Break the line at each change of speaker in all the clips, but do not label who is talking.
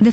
The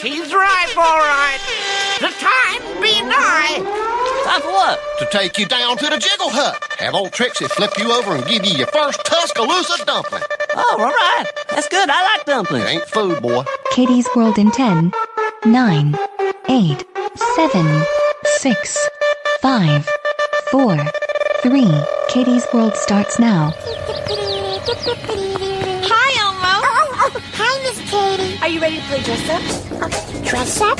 He's right, all right. The time be nigh.
Time for what?
to take you down to the jiggle hut. Have old Trixie flip you over and give you your first Tuscaloosa dumpling.
Oh, all right. That's good. I like dumplings.
It ain't food, boy.
Katie's World in 10, 9, 8, 7, 6, 5, 4, 3. Katie's World starts now.
Hi, Elmo. Oh, oh, hi, Miss Katie.
Are you ready to play dress up?
Okay, dress up?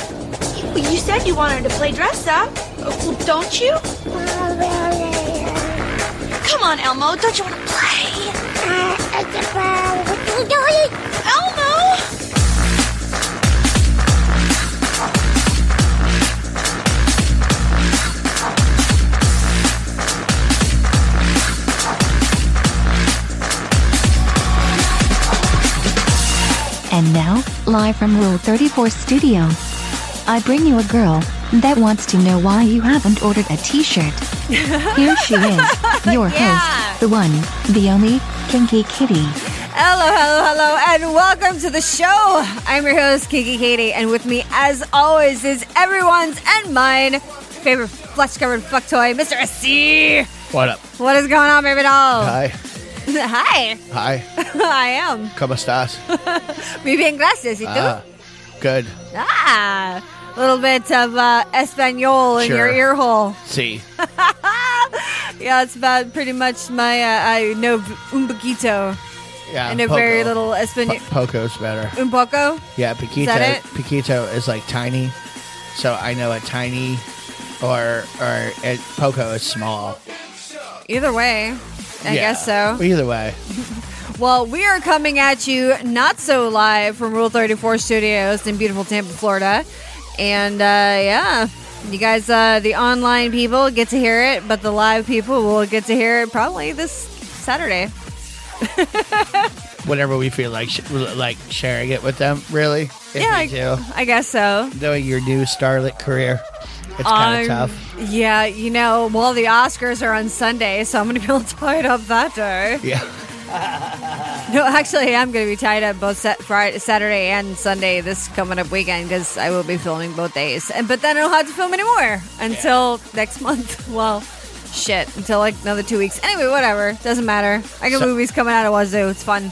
Well, you said you wanted to play dress up. Uh, Well, don't you?
Oh, well, uh,
Come on,
Oh,
Elmo. Don't you want to play?
uh, it's about what you doing? Oh,
Elmo!
And now, live from Rule 34 Studio, I bring you a girl that wants to know why you haven't ordered a t shirt. Here she is, your host, the one, the only, Kinky Kitty.
Hello, hello, hello, and welcome to the show. I'm your host, Kiki Katie, and with me, as always, is everyone's and mine favorite flesh covered fuck toy, Mr. SC.
What up?
What is going on, baby doll?
Hi.
Hi.
Hi.
I am.
Como estas?
Muy bien, gracias. ¿Y tú?
Ah, good.
Ah, a little bit of uh, Espanol in your
Sure.
ear hole.
See.
Yeah, it's about pretty much my, uh, I know un poquito.
Yeah.
I know
poco.
very little
Po-
Espanol.
Poco's better.
Un poco?
Yeah, Paquito.
that it?
Paquito is like tiny. So I know a tiny or or it, Poco is small.
Either way,
Yeah.
I guess so.
Either way.
Well, we are coming at you not so live from Rule 34 Studios in beautiful Tampa, Florida. And uh, yeah, you guys, uh, the online people get to hear it, but the live people will get to hear it probably this Saturday.
Whenever we feel like sh- like sharing it with them, really. If
yeah,
we do.
I, I guess so.
Knowing your new starlit career, it's kind of
Um,
tough.
Yeah, you know, well, the Oscars are on Sunday, so I'm going to be all tied up that day.
Yeah.
No, actually, I'm going to be tied up both sat- Friday, Saturday and Sunday this coming up weekend because I will be filming both days. And but then I don't have to film anymore until next month. Well, shit, until like another two weeks. Anyway, whatever, doesn't matter. I got
So-
movies coming out of Wazoo. It's fun,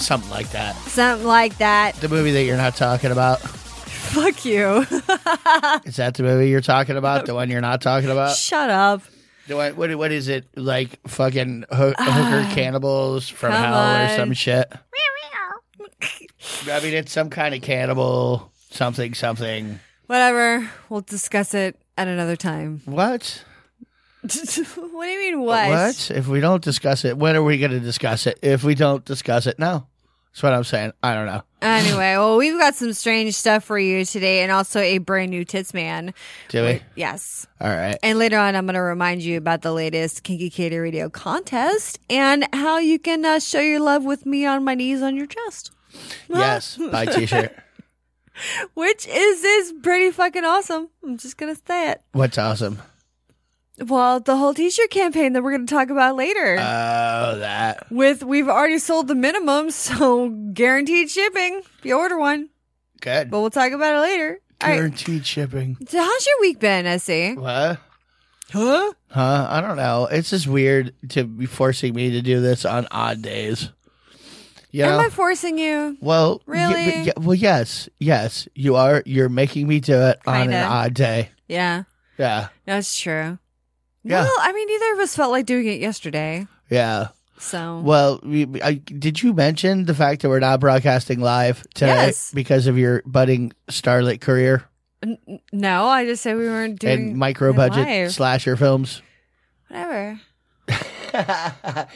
Something like that.
something like that.
The movie that you're not talking about.
Fuck you.
Is that the movie you're talking about? The one you're not talking about?
Shut up.
Do I, what what is it like? Fucking ho- hooker cannibals from
Uh, come
hell
on.
or some shit. I mean, it's some kind of cannibal something something.
Whatever. We'll discuss it at another time.
What?
what do you mean? What?
What? If we don't discuss it, when are we going to discuss it? If we don't discuss it, no. That's what I'm saying. I don't know.
Anyway, well, we've got some strange stuff for you today, and also a brand new tits man.
Do we?
Yes.
All right.
And later on, I'm going to remind you about the latest Kinky Katie Radio contest and how you can uh, show your love with me on my knees on your chest,
Yes. Buy a t-shirt.
which is is pretty fucking awesome. I'm just going to say it.
What's awesome?
Well, the whole T-shirt campaign that we're going to talk about later.
Oh, that.
with we've already sold the minimum, so guaranteed shipping if you order one.
Good.
But we'll talk about it later. All right.
Guaranteed shipping.
So how's your week been, Essie?
What?
Huh?
Huh? I don't know. It's just weird to be forcing me to do this on odd days. You know?
Am I forcing you?
well, y-
Really?
but y- well, yes, yes. You are. You're making me do it on
Kinda.
an odd day.
Yeah,
Yeah,
that's true.
Yeah.
Well, I mean, neither of us felt like doing it yesterday.
yeah.
So
Well, we, we- I, did you mention the fact that we're not broadcasting live tonight
Yes.
because of your budding starlit career
no, I just said we weren't doing
and micro budget
live.
slasher films?
Whatever.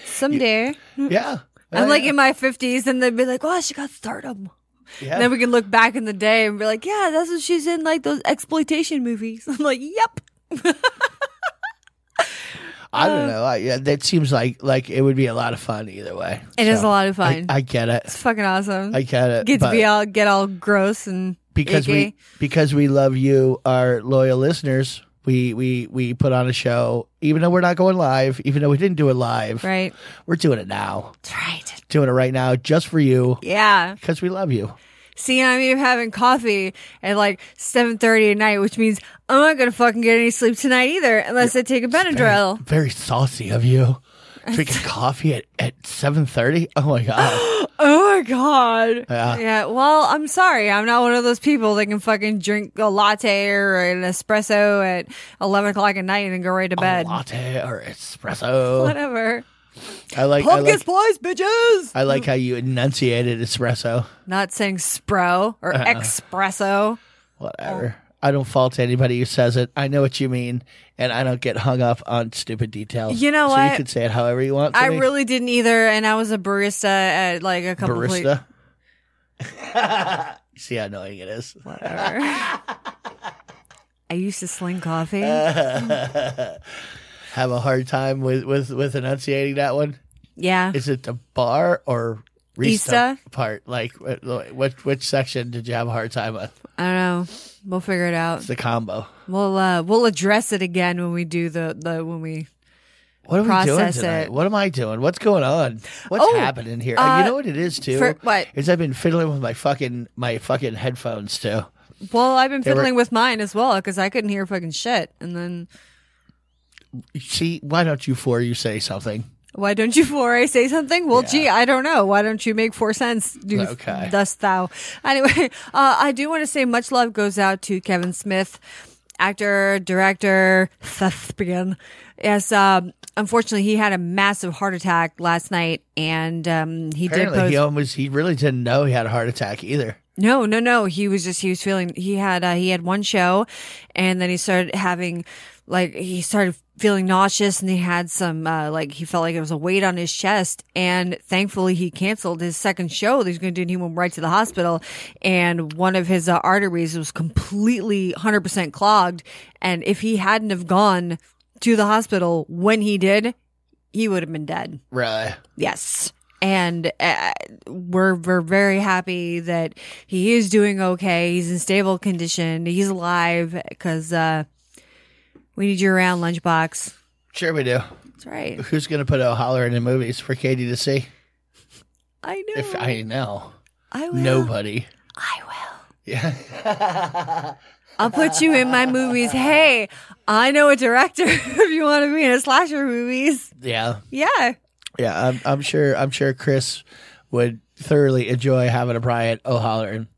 Someday,
Yeah. Oh,
I'm like in my fifties, and they'd be like, "Well, she got stardom."
Yeah.
And then we can look back in the day and be like, yeah, that's what she's in, like those exploitation movies. I'm like, yep. Uh,
I don't know. I, yeah, that seems like like it would be a lot of fun either way.
It
It is
is a lot of fun.
I, I get it.
It's fucking awesome.
I get it.
Get to
but
be all get all gross and
because we
icky.
because we love you, our loyal listeners. We we we put on a show, even though we're not going live, even though we didn't do it live.
right.
We're doing it now.
That's right.
Doing it right now, just for you,
Yeah.
because we love you.
See, I'm even having coffee at like 7:30 at night, which means I'm not gonna fucking get any sleep tonight either, unless I take a Benadryl.
Very saucy of you. Drinking coffee at at seven thirty. Oh my god.
Oh my god.
Yeah.
Yeah. Well, I'm sorry. I'm not one of those people that can fucking drink a latte or an espresso at 11 o'clock at night and go right to
A
bed.
latte or espresso.
Whatever.
I like. I
Pumpkin
like,
spice, bitches.
I like how you enunciated espresso.
Not saying spro or
Uh-uh.
espresso.
Whatever. I don't fault anybody who says it. I know what you mean, and I don't get hung up on stupid details.
You know
so You
what?
can say it however you want. to
I
me.
really didn't either, and I was a barista at like a couple. pla-
barista. You See how annoying it is.
Whatever. I used to sling coffee.
Uh, Have a hard time with with with enunciating that one.
yeah.
Is it the bar or rista
Ista?
part? Like what, what which section did you have a hard time with?
I don't know. We'll figure it out.
It's the combo.
We'll uh, we'll address it again when we do the, the when we
What are we doing
Process
tonight?
it.
What am I doing? What's going on? What's
Oh,
happening here?
uh,
you know what it is too.
for- what?
is I've been fiddling with my fucking my fucking headphones too.
Well, I've been
They were-
fiddling with mine as well because I couldn't hear fucking shit. And then,
See, why don't you four you say something?
why don't you four I say something? Well, gee, I don't know. Why don't you make four cents? Do
Okay.
dost thou? Anyway, uh, I do want to say much love goes out to Kevin Smith, actor, director, thespian. Yes, um, unfortunately, he had a massive heart attack last night, and um, he
Apparently,
did post.
he almost he really didn't know he had a heart attack either.
No, no, no. He was just he was feeling he had uh, he had one show, and then he started having like he started feeling nauseous, and he had some uh, like he felt like there was a weight on his chest, and thankfully he canceled his second show that he's going to do, and he went right to the hospital, and one of his uh, arteries was completely hundred percent clogged, and if he hadn't have gone to the hospital when he did, he would have been dead.
Really?
Yes. And uh, we're we're very happy that he is doing okay. He's in stable condition. He's alive because uh, we need you around, lunchbox.
Sure, we do.
That's right.
Who's gonna put O'Holler in the movies for Katie to see?
I know.
If I know,
I will.
nobody.
I will.
Yeah.
I'll put you in my movies. Hey, I know a director. if you want to be in a slasher movies,
Yeah,
yeah.
yeah. I'm, I'm sure. I'm sure Chris would thoroughly enjoy having a Bryant O'Holler in,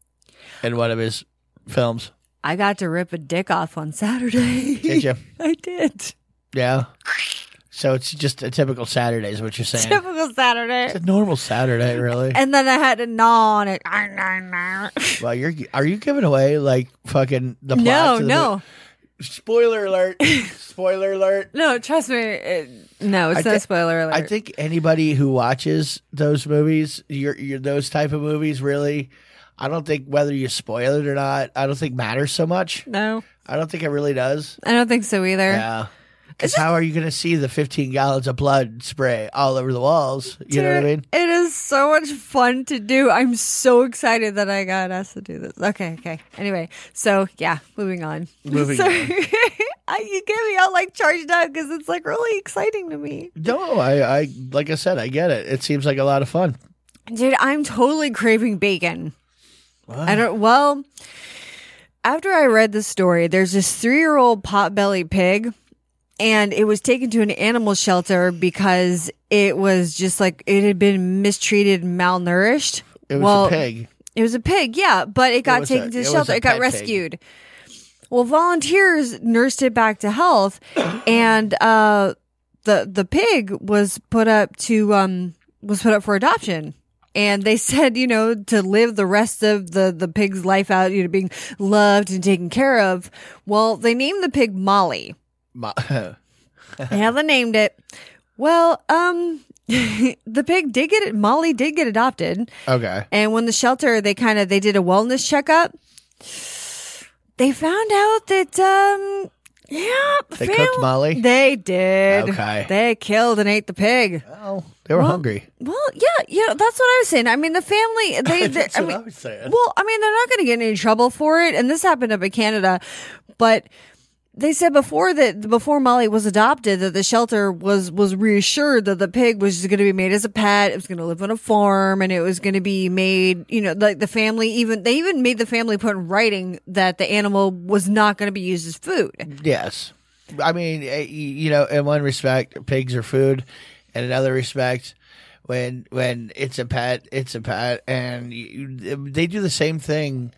in one of his films.
I got to rip a dick off on Saturday.
Did you?
I did.
Yeah. So it's just a typical Saturday is what you're saying.
Typical Saturday.
it's a normal Saturday, really.
And then I had to gnaw on it. Arr, arr, arr.
well, you're are you giving away like fucking the plot?
No,
to the
no.
mo- Spoiler alert! Spoiler alert!
No, trust me. It, no, it's
I
no
thi-
spoiler alert.
I think anybody who watches those movies, your your those type of movies, really, I don't think whether you spoil it or not, I don't think matters so much.
no,
I don't think it really does.
I don't think so either.
Yeah. Because how are you going to see the 15 gallons of blood spray all over the walls? You know what I
Dude,
mean?
It is so much fun to do. I'm so excited that I got asked to do this. Okay, okay. Anyway, so yeah, moving on.
Moving
so,
on.
I, you get me all like charged up because it's like really exciting to me,
No, I, I, like I said, I get it. It seems like a lot of fun.
dude. I'm totally craving bacon. I don't. Well, after I read the story, there's this three-year-old potbelly pig, and it was taken to an animal shelter because it was just like it had been mistreated, and malnourished.
It was
Well,
a pig.
It was a pig, yeah, but it got
was
taken
a- it
to the
was
shelter.
a
It got
pet pig.
rescued. Well, volunteers nursed it back to health, and uh, the the pig was put up to um was put up for adoption. And they said, you know, to live the rest of the the pig's life out, you know, being loved and taken care of. Well, they named the pig Molly.
My,
They how they named it. Well, um, the pig did get it. Molly did get adopted,
Okay.
and when the shelter they kind of they did a wellness checkup, they found out that um yeah
They cooked Molly?
They did.
Okay.
they killed and ate the pig.
Well, they were hungry.
Well, yeah, you know that's what I was saying. I mean, the family they. they
That's
I
what
mean,
I was saying.
Well, I mean, they're not going to get in any trouble for it, and this happened up in Canada, but they said before that before Molly was adopted that the shelter was was reassured that the pig was going to be made as a pet, it was going to live on a farm, and it was going to be made. You know, like the family even they even made the family put in writing that the animal was not going to be used as food.
Yes. I mean, eh, y- you know, in one respect, pigs are food. In another respect, when when it's a pet, it's a pet, and you, you- they do the same thing.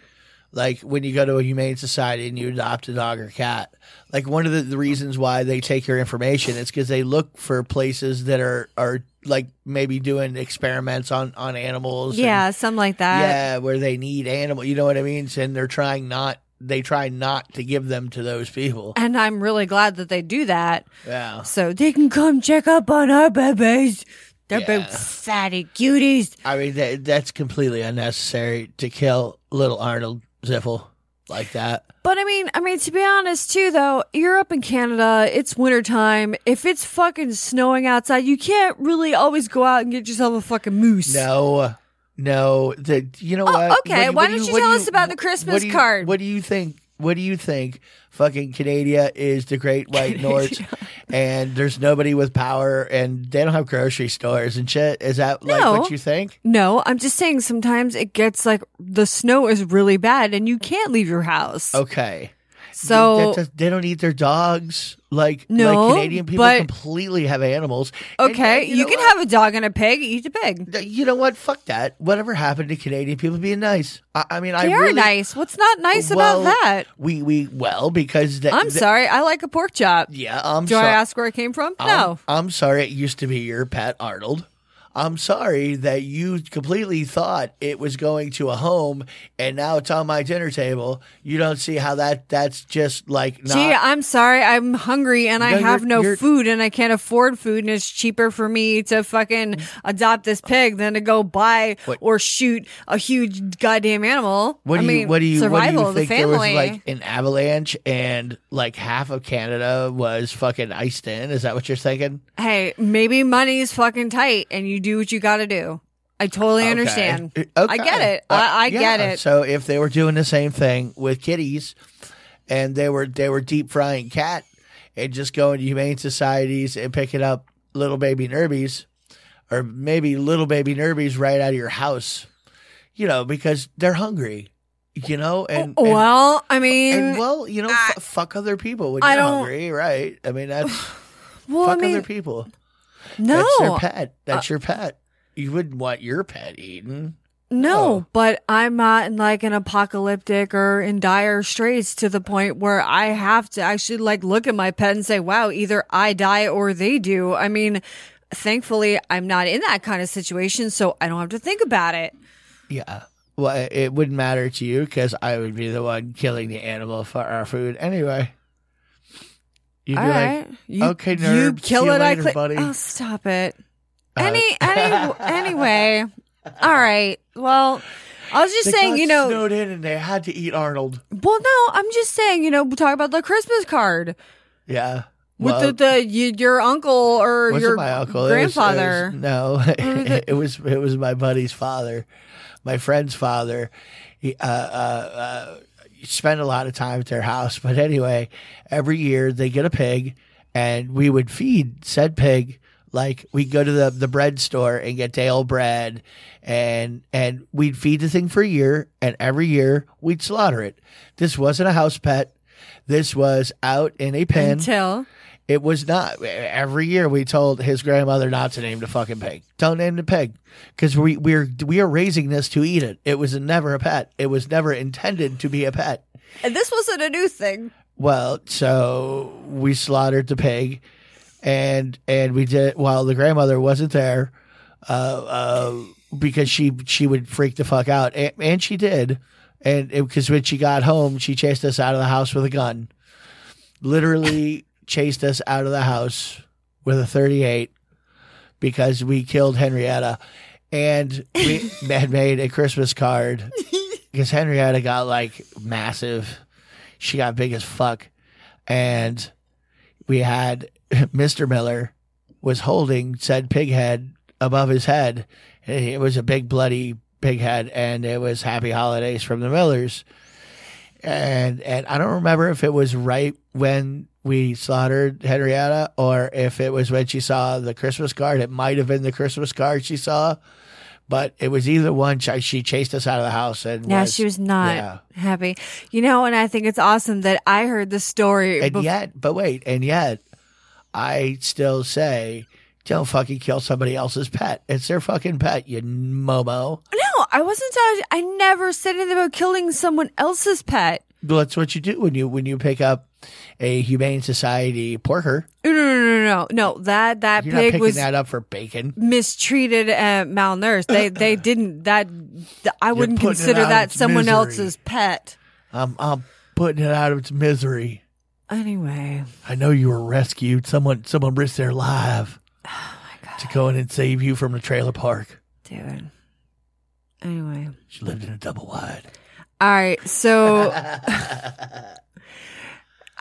Like when you go to a humane society and you adopt a dog or cat, like one of the, the reasons why they take your information is because they look for places that are are like maybe doing experiments on on animals. and-
Yeah, something like that.
yeah, where they need animal. You know what I mean? And they're trying not. They try not to give them to those people.
And I'm really glad that they do that.
Yeah.
So they can come check up on our babies. They're big
Yeah.
fatty cuties.
I mean, that, that's completely unnecessary to kill little Arnold Ziffel like that.
But I mean, I mean, to be honest, too, though, you're up in Canada. It's wintertime. If it's fucking snowing outside, you can't really always go out and get yourself a fucking moose.
No, no. The, you know
Oh,
what?
okay,
What
why
what
don't you
what
tell us about the Christmas
what do you-
card?
What do you think? What do you think? Fucking Canada is the great white north, and there's nobody with power, and they don't have grocery stores and shit. Is that like
No.
what you think?
No, I'm just saying sometimes it gets like the snow is really bad and you can't leave your house.
Okay.
so
That does- they don't eat their dogs. Like,
No,
like Canadian people
but-
completely have animals. And-
okay,
and
you,
know
can
what?
have a dog and a pig, eat the pig.
Th- You know what? Fuck that. Whatever happened to Canadian people being nice? I, I mean, I
They are
really,
nice. What's not nice
well,
about that?
We we well because the,
I'm
the-
sorry. I like a pork chop.
Yeah, I'm
Do
sorry.
I ask where it came from?
I'm,
no.
I'm sorry. It used to be your pet Arnold. I'm sorry that you completely thought it was going to a home, and now it's on my dinner table. You don't see how that that's just like not.
Gee, I'm sorry. I'm hungry and I
No,
have
you're-
no
you're-
food and I can't afford food and it's cheaper for me to fucking adopt this pig than to go buy
Mm-hmm. What-
or shoot a huge goddamn animal.
What
I
do you
mean,
what do you
survival
what do you think
of the
there
family?
was like an avalanche and like half of Canada was fucking iced in? Is that what you're thinking?
hey, maybe money's fucking tight and you do what you got to do. I totally
Okay. Uh,
understand.
Okay.
I get it. I, I
Yeah.
get it.
So if they were doing the same thing with kitties and they were they were deep frying cat and just going to humane societies and picking up little baby nerbies or maybe little baby nerbies right out of your house, you know, because they're hungry, you know, and, and-
Oh, well, I mean,
and well, you know, fu fuck other people when
I
you're
don't-
hungry, right? I mean, that's
well, I
fuck
mean,
other people.
no, Uh,
That's their pet. That's your pet. You wouldn't want your pet eaten.
No,
Oh.
but I'm not in like an apocalyptic or in dire straits to the point where I have to actually like look at my pet and say, wow, either I die or they do. I mean, thankfully, I'm not in that kind of situation, so I don't have to think about it.
Yeah. Well, it- it wouldn't matter to you because I would be the one killing the animal for our food anyway. You'd
All
be
right.
like, okay,
you
nerd,
kill
see you
it, I
later,
click.
buddy. Uh,
Oh, stop it. Any, any, anyway. All right. Well, I was just
they
saying,
got
you know,
snowed in and they had to eat Arnold.
well, no, I'm just saying, you know, talk about the Christmas card.
Yeah.
With
Well,
the, the y- your uncle or
wasn't
your
my uncle. It was- it was-
grandfather.
no, it was it was my buddy's father, my friend's father. He uh, uh, uh, spent a lot of time at their house, but anyway, every year they get a pig, and we would feed said pig. Like we go to the the bread store and get Dale bread, and and we'd feed the thing for a year, and every year we'd slaughter it. This wasn't a house pet. This was out in a pen.
Until
It was not. Every year we told his grandmother not to name the fucking pig. Don't name the pig because we we're we are raising this to eat it. It was never a pet. It was never intended to be a pet.
and this wasn't a new thing.
Well, so we slaughtered the pig, and and we did it while the grandmother wasn't there, uh, uh, because she she would freak the fuck out, and, and she did, and because when she got home, she chased us out of the house with a gun, literally chased us out of the house with a thirty eight because we killed Henrietta and we had made a Christmas card because Henrietta got like massive. She got big as fuck. And we had Mr. Miller was holding said pig head above his head. And It was a big bloody pig head and it was happy holidays from the Millers. And and I don't remember if it was right when we slaughtered Henrietta or if it was when she saw the Christmas card. It might have been the Christmas card she saw, but it was either one. She she chased us out of the house and
Yeah, she was not
yeah.
happy. You know, and I think it's awesome that I heard the story.
And
bef-
yet, but wait, and yet, I still say, don't fucking kill somebody else's pet. It's their fucking pet, you momo.
no, I wasn't. talking- I never said anything about killing someone else's pet.
Well, That's what you do when you when you pick up a humane society porker.
No, no, no, no, no. no that that
You're not
pig
picking
was
that up for bacon.
mistreated and malnourished. They they didn't that. th- I wouldn't
putting it
consider
out of
that
its
someone
misery.
else's pet.
I'm I'm putting it out of its misery.
Anyway,
I know you were rescued. Someone someone risked their life
Oh
to go in and save you from the trailer park.
dude. Anyway.
She lived in a double wide.
All right, so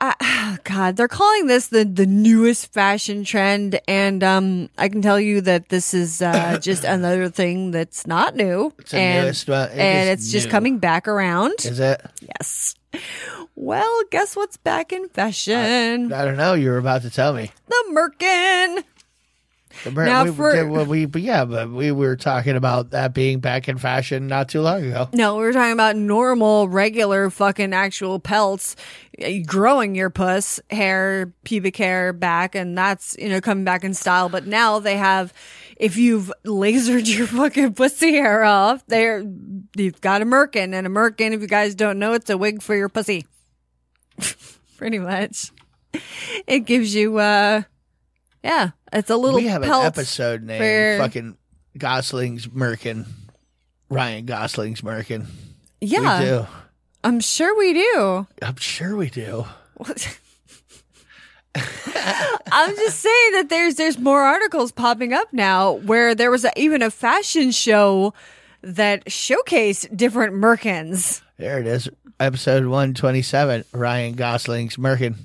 I, oh, God, they're calling this the the newest fashion trend, and um, I can tell you that this is uh, just another thing that's not new,
the
and
newest one. It
and
is
it's just
new.
coming back around.
Is it?
yes. Well, guess what's back in fashion?
I don't know. You were about to tell me.
the Merkin.
The mer-
Now
we,
for-
did- well, we- but yeah, but we were talking about that being back in fashion not too long ago.
No, we were talking about normal, regular, fucking actual pelts, eh, growing your puss hair, pubic hair back, and that's you know coming back in style. But now they have, if you've lasered your fucking pussy hair off, they're you've got a merkin, and a merkin, if you guys don't know, it's a wig for your pussy. Pretty much, it gives you, uh yeah, it's a little
We have an
pelt
episode named
for-
fucking Gosling's Merkin, Ryan Gosling's Merkin.
Yeah,
We do.
I'm sure we do.
I'm sure we do.
I'm just saying that there's there's more articles popping up now where there was a, even a fashion show that showcased different merkins.
There it is. Episode 127, Ryan Gosling's Merkin.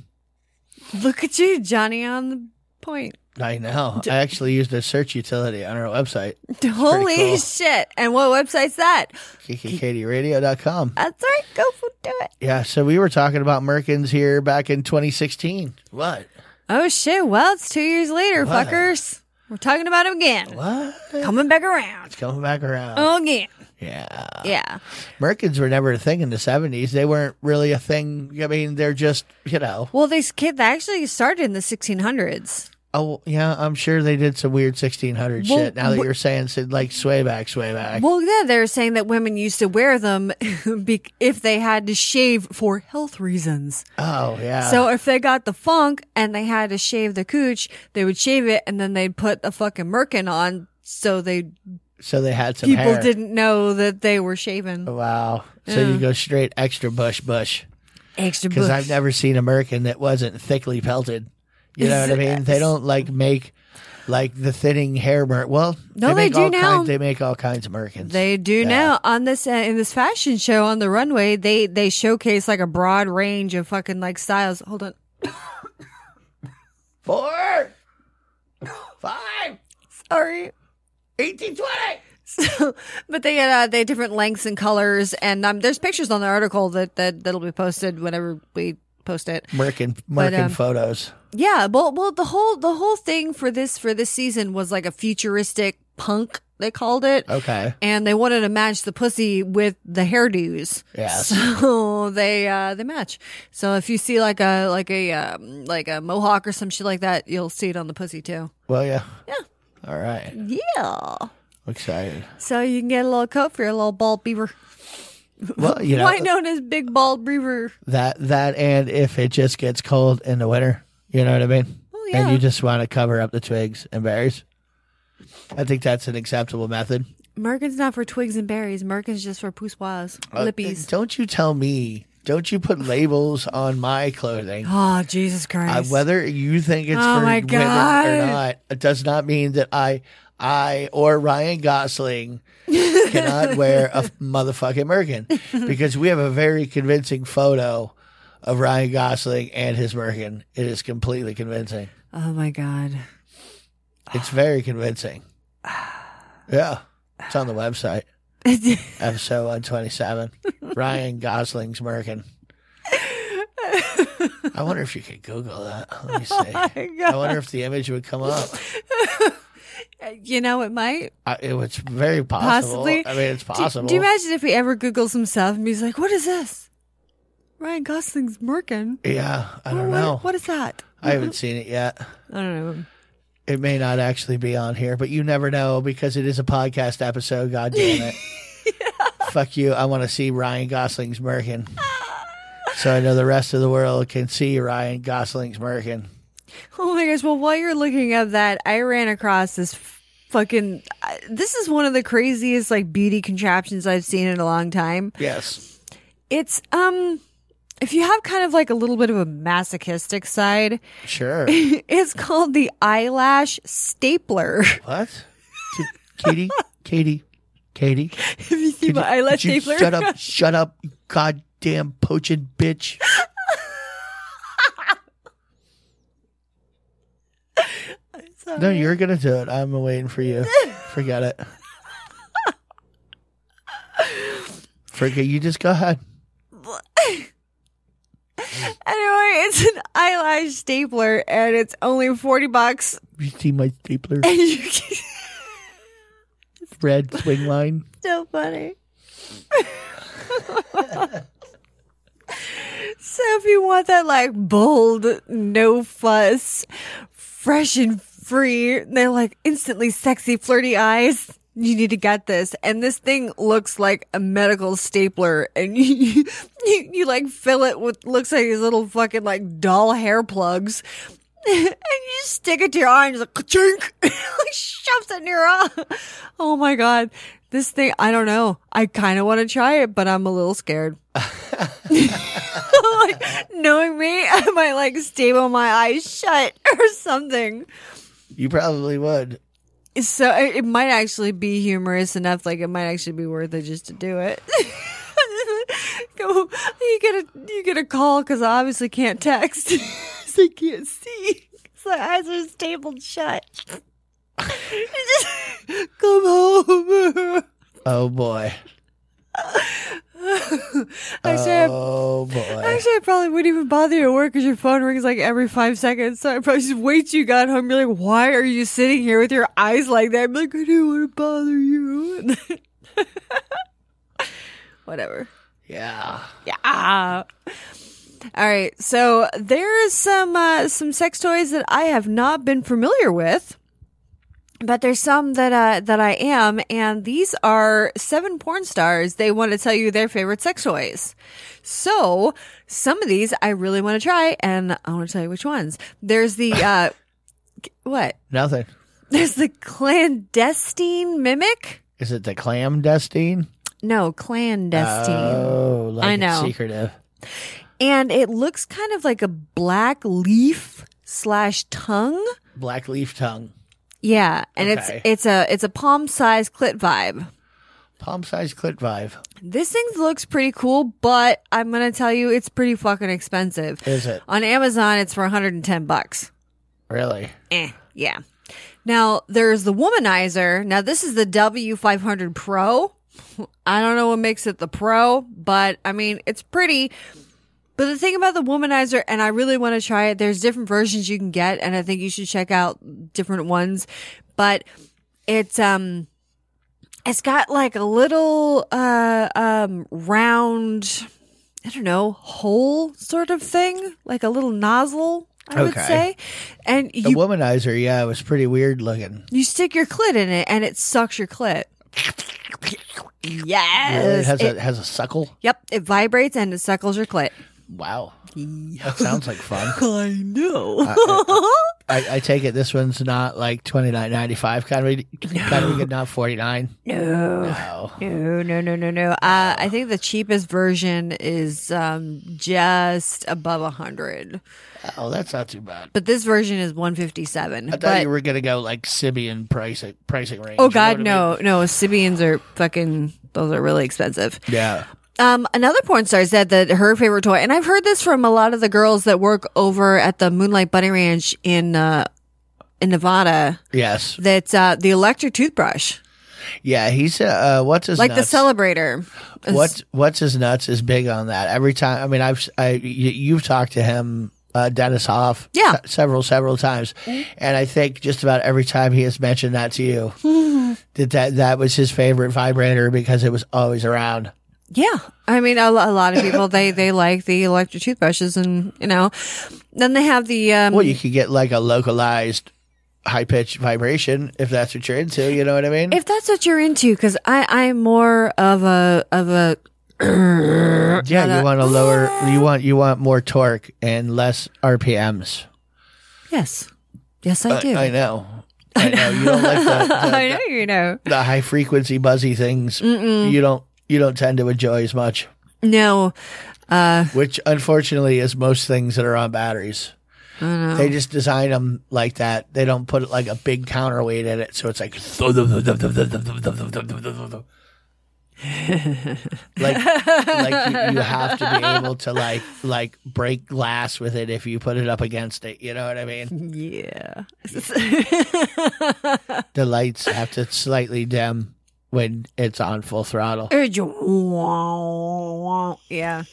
Look at you, Johnny, on the point.
I know. I actually used a search utility on our website,
Holy
cool.
shit! And what website's that?
kkkradio.com.
That's right. Go for do it.
Yeah, so we were talking about Merkins here back in 2016. What?
Oh shit! Well, it's two years later,
What?
fuckers. We're talking about him again.
What?
Coming back around.
It's coming back around.
Oh, again.
Yeah.
Yeah.
Merkins were never a thing in the 70s. They weren't really a thing. I mean, they're just, you know.
Well, this kid that actually started in the 1600s.
Oh, yeah, I'm sure they did some weird 1600
Well,
shit. Now that
wh-
you're saying, said like sway back, sway back.
Well, yeah, they're saying that women used to wear them be- if they had to shave for health reasons.
oh, yeah.
so if they got the funk and they had to shave the cooch, they would shave it and then they'd put a fucking merkin on so they
so they had some
people
hair. Oh,
didn't know that they were shaven.
Wow. So you go straight extra bush bush
Extra
because
bush.
I've never seen a Merkin that wasn't thickly pelted. You know what I mean? They don't like make like the thinning hair. Mer- well,
No, they
make
do
all
now.
Kinds, they make all kinds of Merkins.
They do now on this uh, in this fashion show on the runway. They they showcase like a broad range of fucking like styles. Hold on.
Four, five,
Sorry.
18, 20.
So, but they had uh, they had different lengths and colors, and um, there's pictures on the article that, that that'll be posted whenever we post it.
Merkin, Merkin
But, um,
photos.
Yeah, well, well, the whole the whole thing for this for this season was like a futuristic punk they called it,
Okay.
and they wanted to match the pussy with the hairdos.
Yes.
So they uh, they match. So if you see like a like a um, like a mohawk or some shit like that, you'll see it on the pussy too.
Well, yeah. Yeah. All right. I'm
Yeah.
excited.
So you can get a little coat for your little bald beaver.
Well, you know,
Why known as Big Bald Beaver?
that, that, and if it just gets cold in the winter, you know what I mean?
Well,
And
Oh, yeah.
you just want to cover up the twigs and berries. I think that's an acceptable method.
Merkin's not for twigs and berries. Merkin's just for poussoirs,
Uh,
lippies.
Don't you tell me Don't you put labels on my clothing?
Oh, Jesus
Uh,
Christ.
whether you think it's
Oh
for
my
women or
God.
not, it does not mean that I, I or Ryan Gosling cannot wear a motherfucking merkin because we have a very convincing photo of Ryan Gosling and his merkin. It is completely convincing.
oh, my God.
It's very convincing. Yeah, it's on the website. Episode one twenty seven. Ryan Gosling's merkin. I wonder if you could Google that. Let me
Oh
see.
God.
I wonder if the image would come up.
You know, it might.
I, it was very possible.
Possibly.
I mean, it's
Do-
possible.
Do, you imagine if we ever Google some stuff and he's like, what is this? Ryan Gosling's merkin.
Yeah, I don't
What-
know.
what is that?
I haven't seen it yet.
I don't know.
It may not actually be on here, but you never know because it is a podcast episode. God damn it. Fuck you. I want to see Ryan Gosling's Merkin. So I know the rest of the world can see Ryan Gosling's Merkin.
Oh my gosh. Well, while you're looking up that, I ran across this fucking. I- This is one of the craziest like beauty contraptions I've seen in a long time.
Yes.
It's, um, if you have kind of like a little bit of a masochistic side,
Sure.
it's called the eyelash stapler.
what? T- Katie? Katie? Katie?
Have you seen my eyelash
Did you
stapler?
shut up. Shut up. Goddamn poaching bitch. No, you're going to do it. I'm waiting for you. Forget it. Forget you just go ahead.
Anyway, it's an eyelash stapler and it's only 40 bucks.
You see my stapler
And you can
red swing line?
so funny. so if you want that like bold, no fuss, fresh and free, they're like instantly sexy, flirty eyes. You need to get this. And this thing looks like a medical stapler and you, you, you like fill it with looks like these little fucking like doll hair plugs. and you stick it to your eye and just like chink like shoves it in your eye. Oh my god. This thing I don't know. I kinda wanna try it, but I'm a little scared. like knowing me, I might like staple my eyes shut or something.
You probably would.
So it, it might actually be humorous enough, like it might actually be worth it just to do it. Go, you get a you get a call because I obviously can't text, 'Cause I can't see. 'Cause My eyes are stapled shut. Just, Come home.
Oh boy.
Actually,
Oh
I,
boy.
actually, I probably wouldn't even bother you at work because your phone rings like every five seconds. So I probably just wait till you got home. You're like, why are you sitting here with your eyes like that? I'm like, I didn't want to bother you. Whatever.
Yeah.
Ah. All right. So there is some uh, some sex toys that I have not been familiar with, but there's some that uh, that I am, and these are seven porn stars. They want to tell you their favorite sex toys. So some of these I really want to try, and I want to tell you which ones. There's the uh, what?
Nothing.
There's the clandestine mimic.
Is it the clandestine?
No, clandestine.
Oh, like
I
it's
know.
secretive.
and it looks kind of like a black leaf slash tongue.
Black leaf tongue.
Yeah, and
Okay.
it's it's a it's a palm size clit vibe.
Palm size clit vibe.
This thing looks pretty cool, but I'm gonna tell you, it's pretty fucking expensive.
Is it?
on Amazon? It's for 110 bucks.
Really?
Eh, yeah. Now there's the womanizer. Now this is the W500 Pro. I don't know what makes it the Pro, but I mean it's pretty. But the thing about the womanizer, and I really want to try it. There's different versions you can get, and I think you should check out different ones. But it's um, it's got like a little uh um round, I don't know, hole sort of thing, like a little nozzle. I would
Okay.
say, and
The
you
womanizer, yeah, it was pretty weird looking.
you stick your clit in it and it sucks your clit.
It
Yes.
has
It-
a has a suckle.
yep. It vibrates and it suckles your clit.
Wow. That sounds like fun.
I know.
Uh, I, I take it this one's not like twenty nine ninety five kind of kind of good, not forty nine.
no.
Oh,
No, no, no, no, no. Uh, I think the cheapest version is um, just above a hundred,
oh, that's not too bad.
but this version is one fifty-seven.
I thought
But
you were gonna go like Sibian pricing pricing range.
oh
you know
god,
what I mean?
no, no. Sibians are fucking. Those are really expensive.
Yeah,
Um, another porn star said that her favorite toy, and I've heard this from a lot of the girls that work over at the Moonlight Bunny Ranch in uh, in Nevada.
yes,
That's uh, the electric toothbrush,
yeah. He's uh, uh what's his
like
nuts?
the celebrator. It's-
What what's his nuts is big on that. Every time, I mean, I've I y- you've talked to him, uh, Dennis Hoff,
Yeah.
se- several several times, and I think just about every time he has mentioned that to you, that that that was his favorite vibrator because it was always around.
Yeah, I mean, a, lo- a lot of people they they like the electric toothbrushes, and you know, then they have the um,
Well, you could get like a localized high pitched vibration if that's what you're into. You know what I mean?
if that's what you're into, because I I'm more of a of a
yeah, you want a lower, you want you want more torque and less RPMs.
yes, yes I do.
Uh, I know. I know you don't like the, the,
I know you know.
the high frequency buzzy things. You don't you don't tend to enjoy as much,
No, uh,
which unfortunately is most things that are on batteries. They just design them like that. They don't put like a big counterweight in it, so it's like like like you, you have to be able to like like break glass with it if you put it up against it. You know what I mean?
yeah,
The lights have to slightly dim when it's on full throttle.
yeah.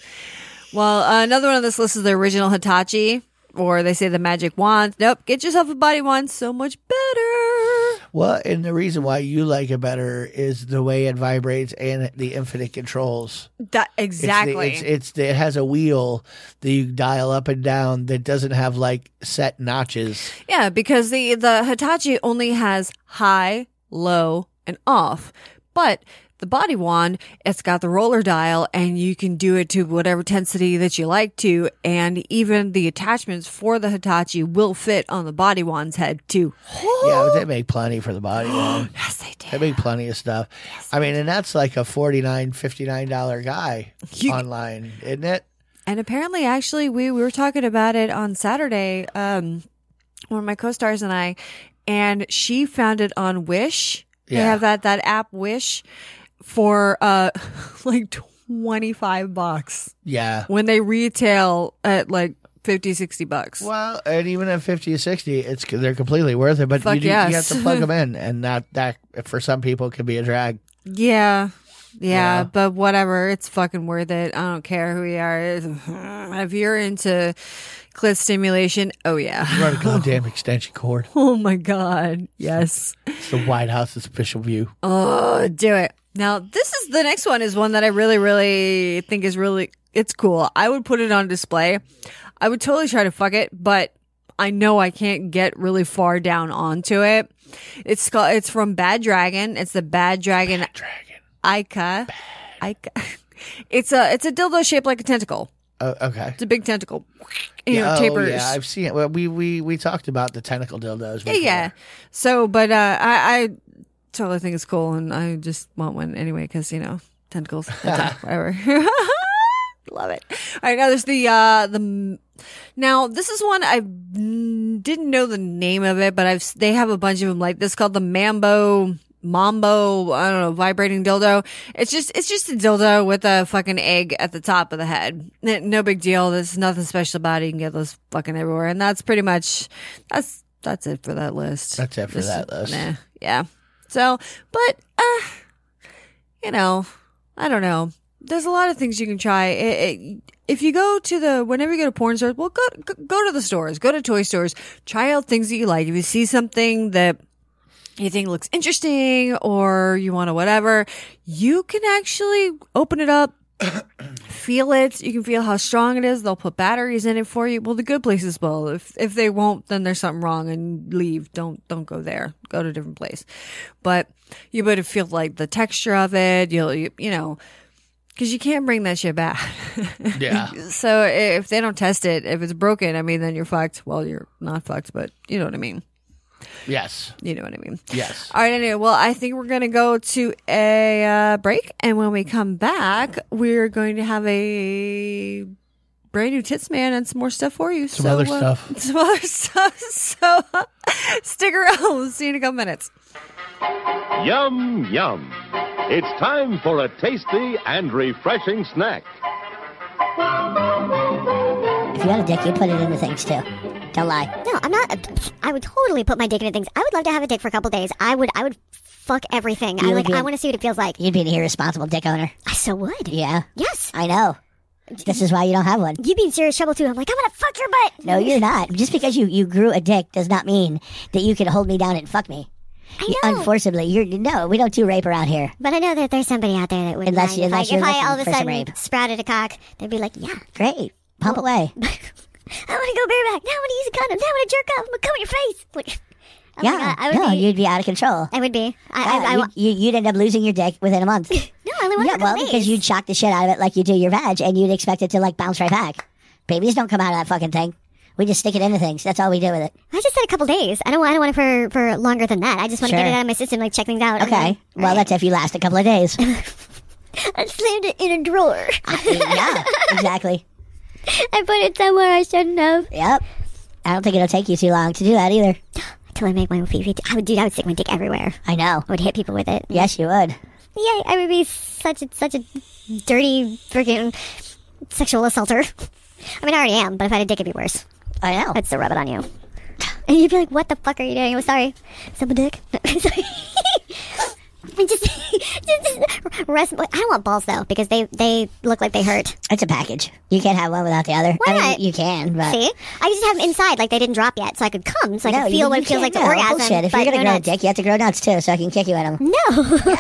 Well, uh, another one on this list is the original Hitachi, or they say the magic wand. Nope, get yourself a body wand, so much better.
Well, and the reason why you like it better is the way it vibrates and the infinite controls.
That
It's the-
exactly.
It's, it's the, it has a wheel that you dial up and down that doesn't have like set notches.
Yeah, because the the Hitachi only has high, low, and off. But the body wand, it's got the roller dial and you can do it to whatever intensity that you like to and even the attachments for the Hitachi will fit on the body wand's head too.
Yeah, but they make plenty for the body. wall.
Yes, they do.
They make plenty of stuff. I mean, and that's like a forty nine, fifty nine dollar guy
You-
online, isn't it?
And apparently, actually, we, we were talking about it on Saturday, um, one of my co-stars and I, and she found it on Wish. They
Yeah.
have that, that app Wish for, uh, like 25 bucks
Yeah.
when they retail at like 50, 60 bucks.
Well, and even at fifty or sixty, it's they're completely worth it. But
Fuck
you, do, you have
yes.
to plug them in, and that that for some people can be a drag.
Yeah. Yeah,
Yeah.
but whatever. It's fucking worth it. I don't care who you are. If you're into clit stimulation, oh yeah.
Run a goddamn extension cord.
Oh my God. Yes.
It's the White House's official view.
Oh, do it. Now, this is the next one is one that I really, really think is really, it's cool. I would put it on display. I would totally try to fuck it, but I know I can't get really far down onto it. It's called, it's from Bad Dragon. It's the Bad Dragon.
Dragon.
Ica. Ica. It's a, it's a dildo shaped like a tentacle.
Oh, okay.
It's a big tentacle. You know,
oh,
tapers.
yeah, I've seen it. Well, we we we talked about the tentacle dildos. Before.
Yeah, yeah. So, but uh, I, I totally think it's cool, and I just want one anyway because you know tentacles, that's all, whatever. Love it. All right, now there's the uh the now this is one I mm, didn't know the name of it, but I've s- they have a bunch of them like this called the Mambo Mambo. I don't know vibrating dildo. It's just it's just a dildo with a fucking egg at the top of the head. N- No big deal. There's nothing special about it. You can get those fucking everywhere, and that's pretty much that's that's it for that list.
That's it for that list.
Nah, yeah. So, but uh, you know, I don't know. There's a lot of things you can try. It, it, if you go to the whenever you go to porn stores, well, go go- go to the stores, go to toy stores, try out things that you like. If you see something that you think looks interesting or you want to whatever, you can actually open it up, feel it. You can feel how strong it is. They'll put batteries in it for you. Well, the good places will. If if they won't, then there's something wrong and leave. Don't don't go there. Go to a different place. But you better feel like the texture of it. You'll you, you know. Because you can't bring that shit back.
Yeah.
so i- if they don't test it, if it's broken, I mean, then you're fucked. Well, you're not fucked, but you know what I mean.
yes.
You know what I mean.
Yes.
All right, anyway, well, I think we're going to go to a uh, break. And when we come back, we're going to have a brand new tits man and some more stuff for you. Some
other stuff.
Some other stuff. So uh, stick around. We'll see you in a couple minutes.
Yum, yum. It's time for a tasty and refreshing snack.
If you had a dick, you'd put it into things too. Don't lie.
No, I'm not. I would totally put my dick into things. I would love to have a dick for a couple days. I would. I would fuck everything.
You
I
would
like.
be-
I want to see what it feels like.
You'd be an irresponsible dick owner.
I so would.
Yeah.
Yes.
I know. This is why you don't have one.
You be in serious trouble too. I'm like, I'm gonna fuck your butt.
No, you're not. Just because you, you grew a dick does not mean that you can hold me down and fuck me.
I know.
Unfortunately, you're no. We don't do rape around here.
But I know that there's somebody out there that would
Unless-
mind if
unless
I, if
you're
I all of a
looking for
sudden
some rape.
sprouted a cock, they'd be like, yeah,
Great. Pump away.
I want to go bareback. Now I want to use a condom. Now I want to jerk off. I'm gonna come in your face. What- Oh my
yeah.
God, I would
no,
be.
you'd be out of control.
I would be. I,
Yeah,
I, I,
you-
wa-
you, you'd end up losing your dick within a month.
no, I only want
yeah,
to
well, because you'd shock the shit out of it like you do your vag, and you'd expect it to like bounce right back. Babies don't come out of that fucking thing. We just stick it into things. That's all we do with it.
I just said a couple days. I don't. want- I don't want it for for longer than that. I just want to
Sure.
get it out of my system, like check things out. and
Okay.
then-
well, that's if you last a couple of days.
I slammed it in a drawer.
yeah. Exactly.
I put it somewhere I shouldn't have.
Yep. I don't think it'll take you too long to do that either.
Till I make my own pee. I would, dude. I would stick my dick everywhere.
I know.
I would hit people with it.
Yes, you would.
Yay! I would be such a such a dirty freaking sexual assaulter. I mean, I already am, but if I had a dick, it'd be worse.
I know.
I'd still rub it on you. And you'd be like, "What the fuck are you doing?" I'm sorry. Is that my dick? sorry. And just, just, just rest. I don't want balls though because they they look like they hurt.
It's a package. You can't have one without the other.
Why
I mean,
not?
you can, but
See, I just have them inside like they didn't drop yet, so I could come, so I
no,
could
you-
feel what
you
it feels like
can't.
to
no,
orgasm.
Bullshit. If
but
you're gonna
no
grow a
nuts.
dick, you have to grow nuts too, so I can kick you at them.
no. Why would you do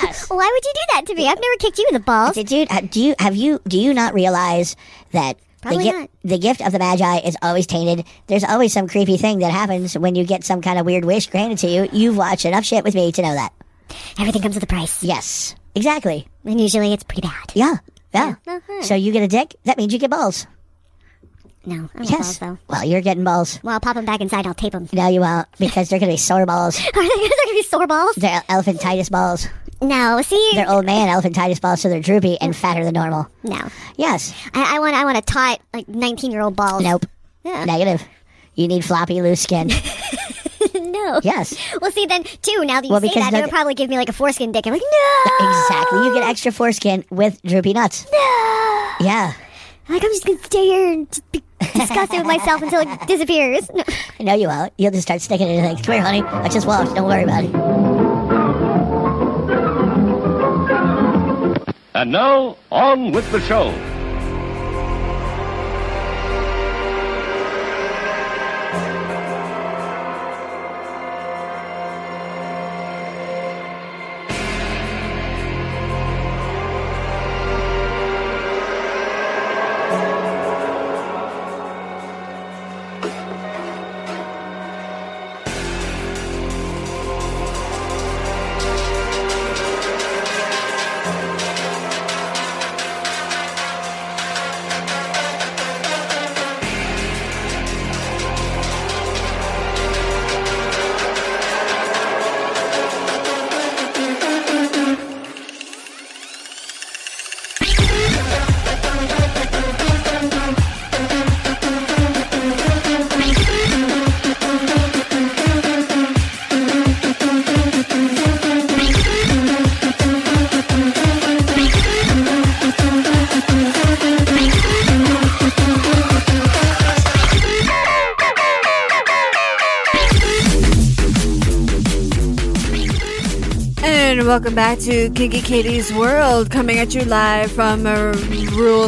that to me? I've never kicked you in the balls.
Did you? uh, Do you have you? Do you not realize that
Probably
the
not.
gift the gift of the magi is always tainted? There's always some creepy thing that happens when you get some kind of weird wish granted to you. You've watched enough shit with me to know that.
Everything comes with a price,
Yes, exactly.
and usually it's pretty bad.
Yeah, yeah.
Yeah. Mhm.
So you get a dick. That means you get balls.
No, I don't
Yes.
want balls though.
Well, you're getting balls.
Well, I'll pop them back inside. and I'll tape them.
No, you won't because they're gonna be sore balls.
Are they going to be sore balls?
They're elephantitis balls.
No, see,
They're old man elephantitis balls, so they're droopy and fatter than normal.
no.
Yes.
I, I want I want a taut like nineteen year old balls.
Nope.
Yeah.
Negative. You need floppy, loose skin.
no.
Yes.
Well, see, then too. Now that you
Well,
say
because
that,
no-
they'll probably give me like a foreskin dick. I'm like, no,
Exactly. You get extra foreskin with droopy nuts.
no.
Yeah.
Like I'm just gonna stay here and just be disgusted with myself until it disappears. No.
I know you won't. You'll just start sticking it in things. Come here, honey. I just walked. Don't worry about it.
And now, on with the show.
And welcome back to Kinky Katie's World, coming at you live from a Rule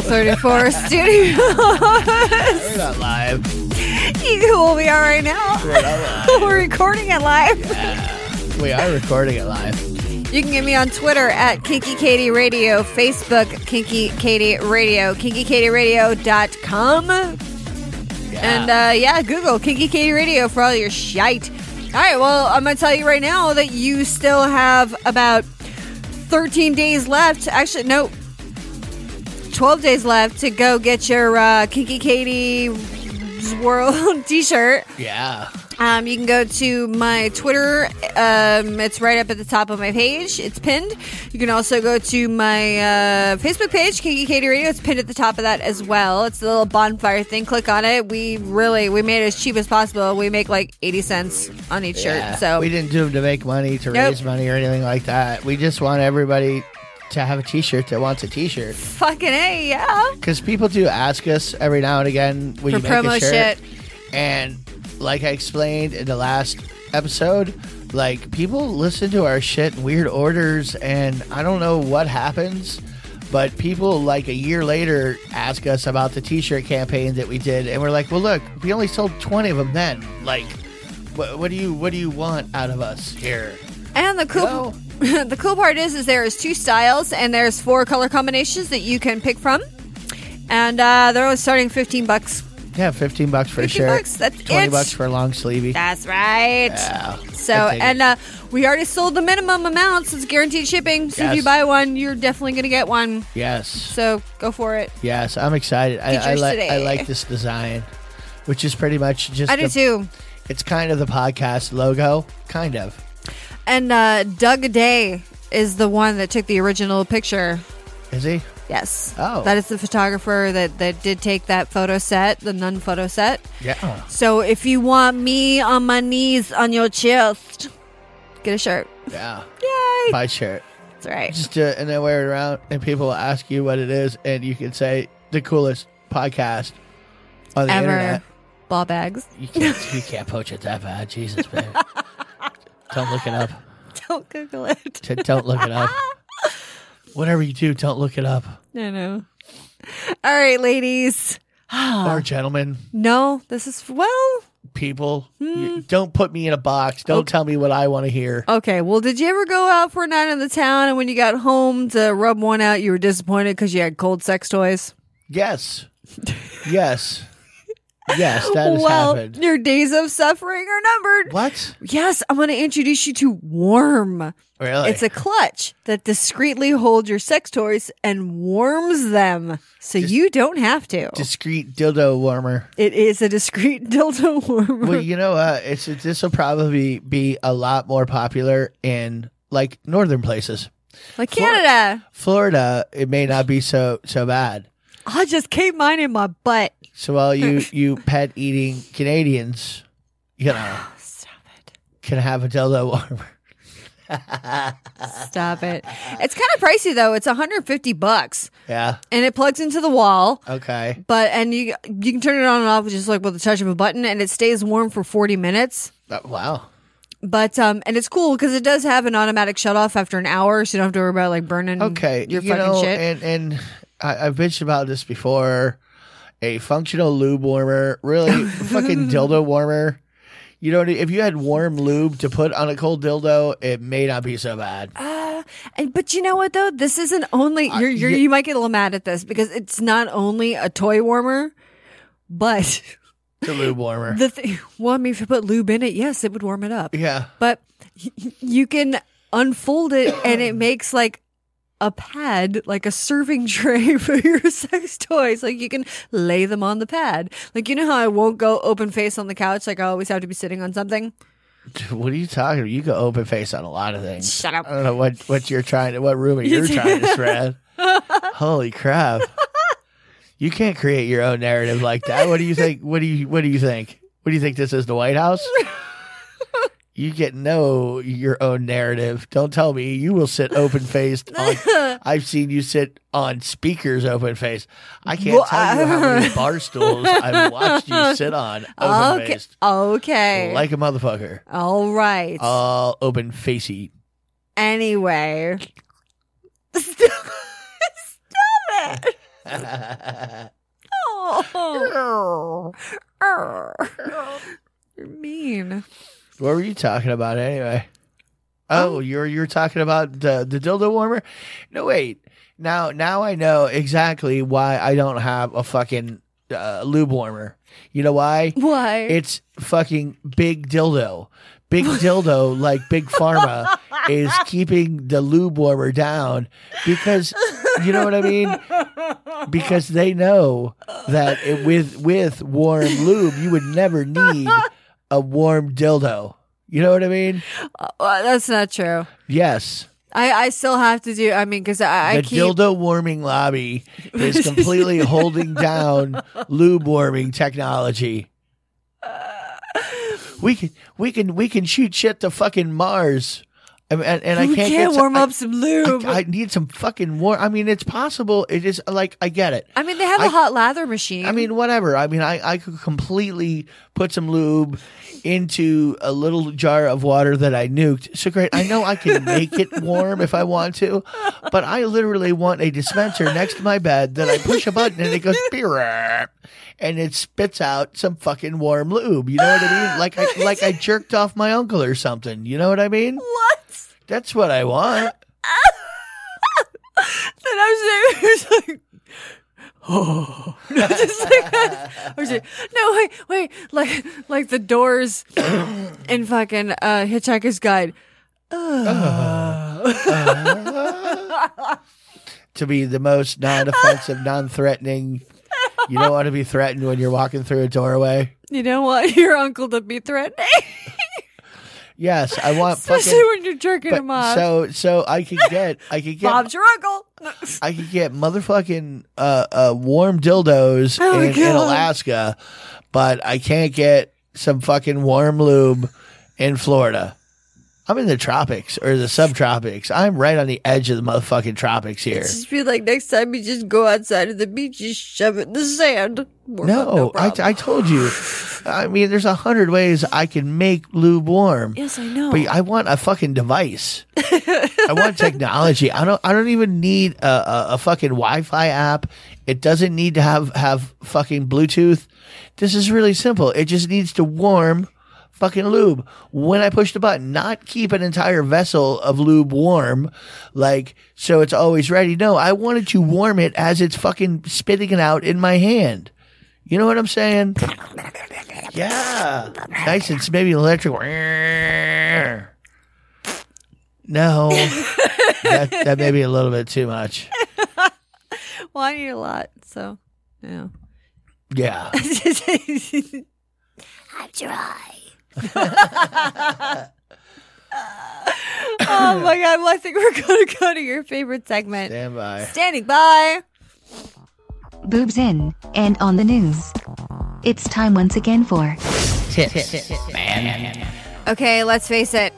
34 studio.
We're not live.
you will be on right now. We're recording it live.
We are recording it live.
You can get me on Twitter at Kinky Katie Radio, Facebook Kinky Katie Radio, kinkykatieradio.com. And uh, yeah, Google Kinky Katie Radio for all your shite. All right, well, I'm going to tell you right now that you still have about 13 days left. Actually, no. 12 days left to go get your uh, Kinky Katie's World t shirt.
Yeah.
Um, you can go to my Twitter. Um, it's right up at the top of my page. It's pinned. You can also go to my uh, Facebook page, Kinky Katie Radio. It's pinned at the top of that as well. It's the little bonfire thing. Click on it. We really we made it as cheap as possible. We make like eighty cents on each
Yeah.
shirt. So
we didn't do them to make money, to
Nope.
raise money, or anything like that. We just want everybody to have a T-shirt that wants a T-shirt
fucking a yeah.
because people do ask us every now and again when you
For
make
promo
a shirt.
shit.
And like I explained in the last episode, like people listen to our shit in weird orders, and I don't know what happens. But people like a year later ask us about the T-shirt campaign that we did, and we're like, "Well, look, we only sold twenty of them then. Like, what, what do you what do you want out of us here?"
And the cool the cool part is is there is two styles and there's four color combinations that you can pick from. And uh, they're all starting fifteen bucks.
Yeah, fifteen bucks for a
15
shirt.
bucks, that's
twenty
it.
bucks for a long sleevey.
That's right. So
I'll take it.
and uh, we already sold the minimum amount, so it's guaranteed shipping. So if
Yes.
you buy one, you're definitely gonna get one.
yes,
So go for it.
yes, I'm excited. I, I
Features
like I
today.
like this design, which is pretty much just.
I do
the-
too.
It's kind of the podcast logo, kind of.
And uh, Doug Day is the one that took the original picture.
Is he?
Yes.
Oh.
That is the photographer that, that did take that photo set, the nun photo set.
Yeah.
So if you want me on my knees on your chest, get a shirt.
Yeah.
Yay.
Buy a shirt.
That's right.
Just do it and then wear it around, and people will ask you what it is, and you can say the coolest podcast on the
Ever.
internet.
Ball bags.
You can't, you can't poach it that bad, Jesus, man. Don't look it up.
Don't Google it.
T- don't look it up. Whatever you do, don't look it up.
No, no. All right, ladies.
Or gentlemen,
no, this is well.
people,
Hmm.
you- don't put me in a box. Don't tell me what I want to hear.
Okay. Well, did you ever go out for a night in the town and when you got home to rub one out, you were disappointed because you had cold sex toys?
Yes. Yes. Yes, that has
well,
happened.
your days of suffering are numbered.
What?
Yes, I'm going to introduce you to Worm.
Really?
It's a clutch that discreetly holds your sex toys and warms them so you don't have to.
Discreet dildo warmer.
it is a discreet dildo warmer.
Well, you know, uh, it's this will probably be a lot more popular in like northern places.
like Canada.
Florida, it may not be so so bad.
I just keep mine in my butt.
So all you you pet eating Canadians, you know, can have a dildo warmer.
Stop it. It's kind of pricey though. It's 150 bucks
Yeah.
and it plugs into the wall.
Okay.
But and you you can turn it on and off just like with the touch of a button and it stays warm for 40 minutes.
Uh, wow.
But um and it's cool because it does have an automatic shut off after an hour, so you don't have to worry about like burning
Okay.
Mm, your
you
fucking
know,
shit.
and and I, I've bitched about this before. A functional lube warmer, really fucking dildo warmer. You know, if you had warm lube to put on a cold dildo, it may not be so bad.
Ah, And but you know what though, this isn't only you're, you're
yeah.
you might get a little mad at this because it's not only a toy warmer, but
The lube warmer.
the thing. Well, I mean, if you put lube in it, yes, it would warm it up.
yeah.
But y- y- you can unfold it and it makes like a pad, like a serving tray for your sex toys. Like you can lay them on the pad. Like you know how I won't go open face on the couch. Like I always have to be sitting on something.
What are you talking about? You go open face on a lot of things.
Shut up.
I don't know what, what you're trying to, what rumor you're trying to spread. Holy crap. You can't create your own narrative like that. What do you think? What do you, what do you think? What do you think this is the White House? You get no your own narrative. Don't tell me you will sit open faced. I've seen you sit on speakers open faced. I can't
Well,
tell you how
I-
many bar stools I've watched you sit on open
Okay.
faced
Okay.
like Uh, a motherfucker.
All right.
All open facey.
Anyway. Stop it. Oh. Arr. You're mean.
What were you talking about anyway? Oh, you're you're talking about the the dildo warmer? No, wait. Now now I know exactly why I don't have a fucking uh, lube warmer. You know why?
Why?
It's fucking big dildo. Big dildo, like big pharma, is keeping the lube warmer down because you know what I mean. because they know that it, with with warm lube, you would never need a warm dildo. You know what I mean?
Well, Uh, that's not true.
Yes.
I, I still have to do. I mean, because I, I
the
keep
dildo warming lobby is completely holding down lube warming technology. We can we can we can shoot shit to fucking Mars. I mean, and, and I
We
can't,
can't
get some-
warm
I-
up some lube.
I, I need some fucking warm. I mean, it's possible. It is like I get it.
I mean, they have a
I-
hot lather machine.
I mean, whatever. I mean, I, I could completely put some lube into a little jar of water that I nuked. So great. I know I can make it warm if I want to, but I literally want a dispenser next to my bed that I push a button and it goes beer and it spits out some fucking warm lube. You know what I mean? Like I like I jerked off my uncle or something. You know what I mean?
what?
That's what I want.
And I was there, it was like, oh, just like, I was like, no, wait, wait, like, like the doors in fucking uh, Hitchhiker's Guide.
to be the most non-offensive, non-threatening. You don't want to be threatened when you're walking through a doorway.
You don't want your uncle to be threatening,
Yes, I want
especially
Uh, fucking.
when you're jerking
but-
him off.
so so I could get I could get
Bob's your uncle.
I could get motherfucking uh, uh warm dildos
Oh,
in, in
God.
Alaska, but I can't get some fucking warm lube in Florida. I'm in the tropics or the subtropics. I'm right on the edge of the motherfucking tropics here.
Just be like, next time you just go outside of the beach, you shove it in the sand. Warm up,
No, I,
problem.
I told you. I mean, there's a hundred ways I can make lube warm.
yes, I know.
But I want a fucking device. I want technology. I don't. I don't even need a, a, a fucking Wi-Fi app. It doesn't need to have have fucking Bluetooth. This is really simple. It just needs to warm fucking lube when I push the button. Not keep an entire vessel of lube warm, like so it's always ready. No, I wanted to warm it as it's fucking spitting it out in my hand. You know what I'm saying? Yeah. Nice. It's maybe electric. No. that, that may be a little bit too much.
well, I eat a lot, so yeah.
Yeah.
I'm dry.
Oh my god! Well, I think we're gonna go to your favorite segment.
Stand by.
Standing by.
Boobs in and on the news. It's time once again for
Okay, let's face it.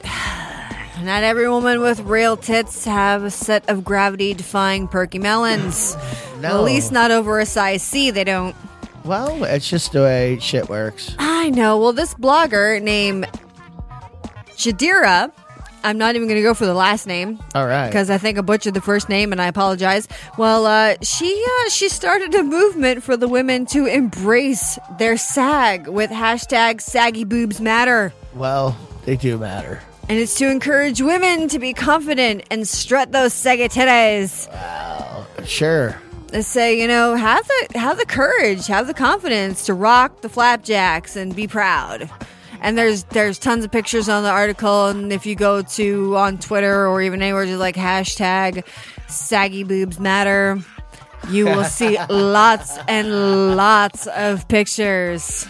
Not every woman with real tits have a set of gravity-defying perky melons.
No.
At least not over a size C. They don't.
Well, it's just the way shit works.
I know. Well, this blogger named Shadira. I'm not even going to go for the last name.
All right.
because I think I butchered the first name, and I apologize. Well, uh, she uh, she started a movement for the women to embrace their sag with hashtag Saggy Boobs Matter,
Well, they do matter.
and it's to encourage women to be confident and strut those saggy titties.
Sure.
They say, you know, have the have the courage, have the confidence to rock the flapjacks and be proud. And there's there's tons of pictures on the article, and if you go to on Twitter or even anywhere, just like hashtag saggy boobs matter, you will see lots and lots of pictures.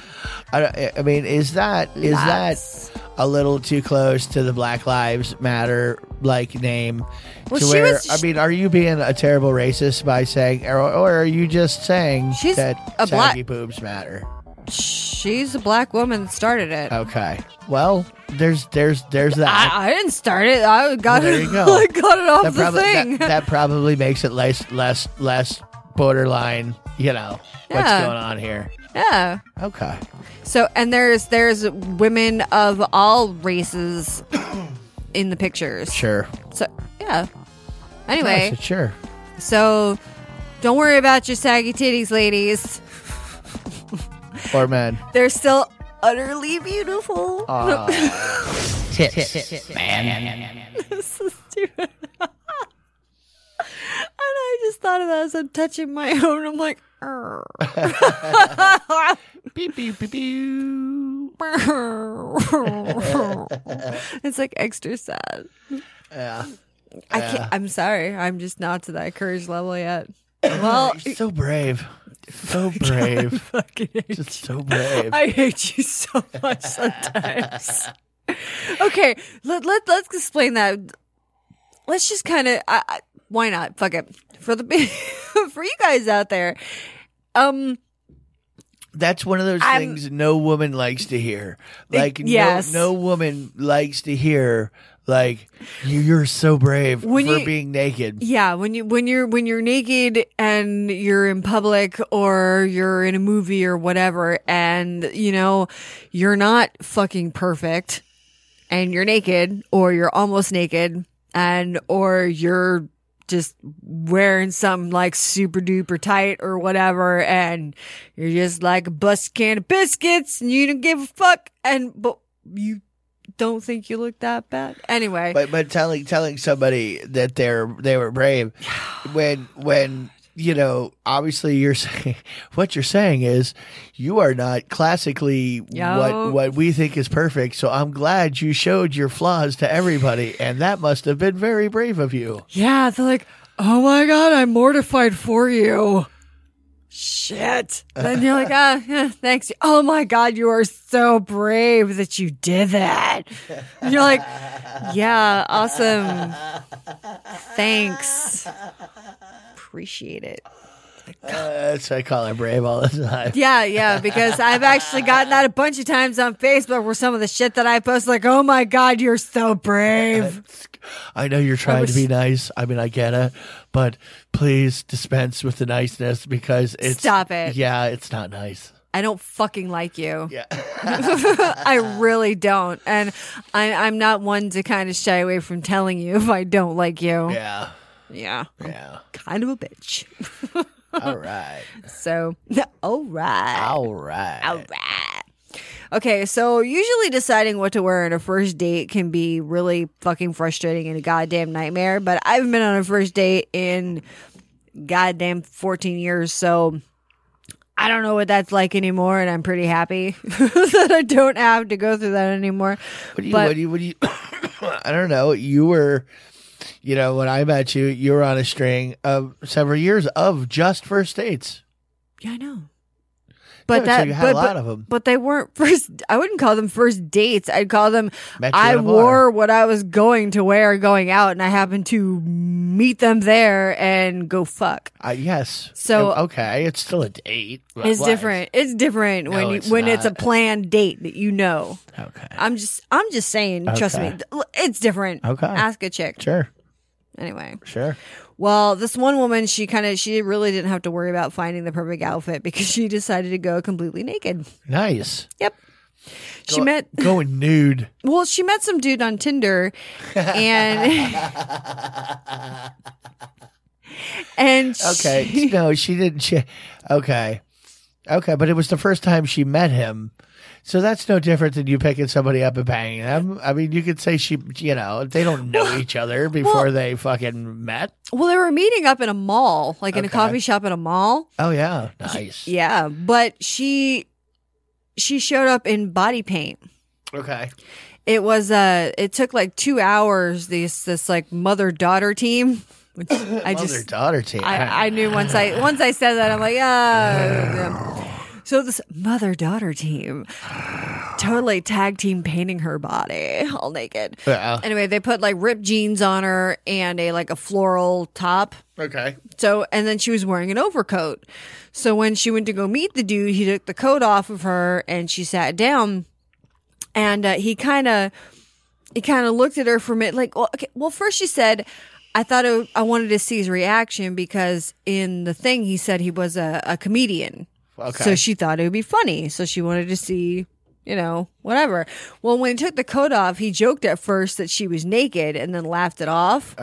I, don't- I mean, is that is
Lots.
that a little too close to the Black Lives Matter like name?
Well,
to
she
where,
was-
I mean, are you being a terrible racist by saying, or, or are you just saying
She's
that
a black-
saggy boobs matter?
She's a black woman that started it.
Okay. Well, there's there's there's that.
I, I didn't start it. I got
There
it.
you go.
I got it off
that,
the
probably,
thing.
that, that probably makes it less less less borderline. You know what's
Yeah.
going on here.
yeah.
Okay.
So and there's there's women of all races in the pictures.
Sure.
So yeah.
Yeah,
Anyway,
so sure.
so don't worry about your saggy titties, ladies.
Or men.
They're still utterly beautiful.
Ah.
this is stupid. and I just thought of that as I'm touching my own. I'm like, "Arr."
Beep, beep, beep, beep.
it's like extra sad.
Yeah.
I can't. I'm sorry. I'm just not to that courage level yet. Well,
You're so brave. So brave. Just so brave.
I hate you so much sometimes. okay, let, let, let's explain that. Let's just kind of, I, I, why not? Fuck it. For the, for you guys out there, um,
That's one of those
I'm-
things no woman likes to hear. Like,
yes.
no, no woman likes to hear, like, "You- you're so brave
When
for
you-
being naked.
Yeah, when you when you're when you're naked and you're in public or you're in a movie or whatever and you know you're not fucking perfect and you're naked or you're almost naked and or you're just wearing something like super duper tight or whatever and you're just like a bus can of biscuits and you don't give a fuck and but you don't think you look that bad anyway
But but telling telling somebody that they're they were brave when when you know obviously you're saying what you're saying is you are not classically
Yo.
what what we think is perfect. So I'm glad you showed your flaws to everybody, and that must have been very brave of you.
Yeah, they're like, oh my god, I'm mortified for you. Shit. Then you're like, ah, yeah, thanks. Oh my god, you are so brave that you did that. And you're like, yeah, awesome. Thanks. Appreciate it.
Uh, so I call her brave all the time.
Yeah, yeah, because I've actually gotten that a bunch of times on Facebook where some of the shit that I post, like, oh my god, you're so brave.
I know you're trying to be nice. I mean, I get it, but please dispense with the niceness because it's
Stop it.
Yeah, it's not nice.
I don't fucking like you.
Yeah.
I really don't. And I, I'm not one to kind of shy away from telling you if I don't like you.
Yeah.
Yeah.
Yeah.
Kind of a bitch.
All right.
So, all right.
All right.
All right. Okay, so usually deciding what to wear on a first date can be really fucking frustrating and a goddamn nightmare. But I haven't been on a first date in goddamn 14 years, so I don't know what that's like anymore, and I'm pretty happy that I don't have to go through that anymore.
What do you?
But-
what do you? What do you? I don't know. You were, you know, when I met you, you were on a string of several years of just first dates.
Yeah, I know. But
so
that,
you had
but,
a lot
but-
of 'em.
But they weren't first. I wouldn't call them first dates. I'd call them.
Met you
I
at a bar.
wore what I was going to wear going out, and I happened to meet them there and go fuck.
Uh, yes.
So-
Oh, okay, it's still a date. but
It's
what?
different. It's different
No,
when you,
it's
when it's a
not.
planned date that you know.
Okay.
I'm just I'm just saying. Trust me,
Okay.
th- it's different.
Okay.
Ask a chick.
Sure.
Anyway.
Sure.
Well, this one woman, she kind of she really didn't have to worry about finding the perfect outfit because she decided to go completely naked.
Nice.
Yep. She met
going nude.
Well, she met some dude on Tinder and and
Okay.
she-
no, she didn't. She, okay. Okay, but it was the first time she met him. So that's no different than you picking somebody up and banging them. I mean, you could say she, you know, they don't know each other before
well-
they fucking met.
well, they were meeting up in a mall, like in a
Okay.
coffee shop at a mall.
Oh, yeah. Nice.
Yeah, but she she showed up in body paint.
Okay.
It was uh it took like 2 hours this this like mother-daughter team, which I
Mother
just
Oh, daughter team.
I, I knew once I once I said that I'm like, ah. So this mother daughter team, totally tag team painting her body all naked.
Yeah.
Anyway, they put like ripped jeans on her and a like a floral top.
okay.
So and then she was wearing an overcoat. So when she went to go meet the dude, he took the coat off of her and she sat down, and uh, he kind of he kind of looked at her for a minute, like, well, okay. Well, first she said, I thought it, I wanted to see his reaction because in the thing he said he was a, a comedian.
Okay.
So she thought it would be funny. So she wanted to see, you know, whatever. Well, when he took the coat off, he joked at first that she was naked and then laughed it off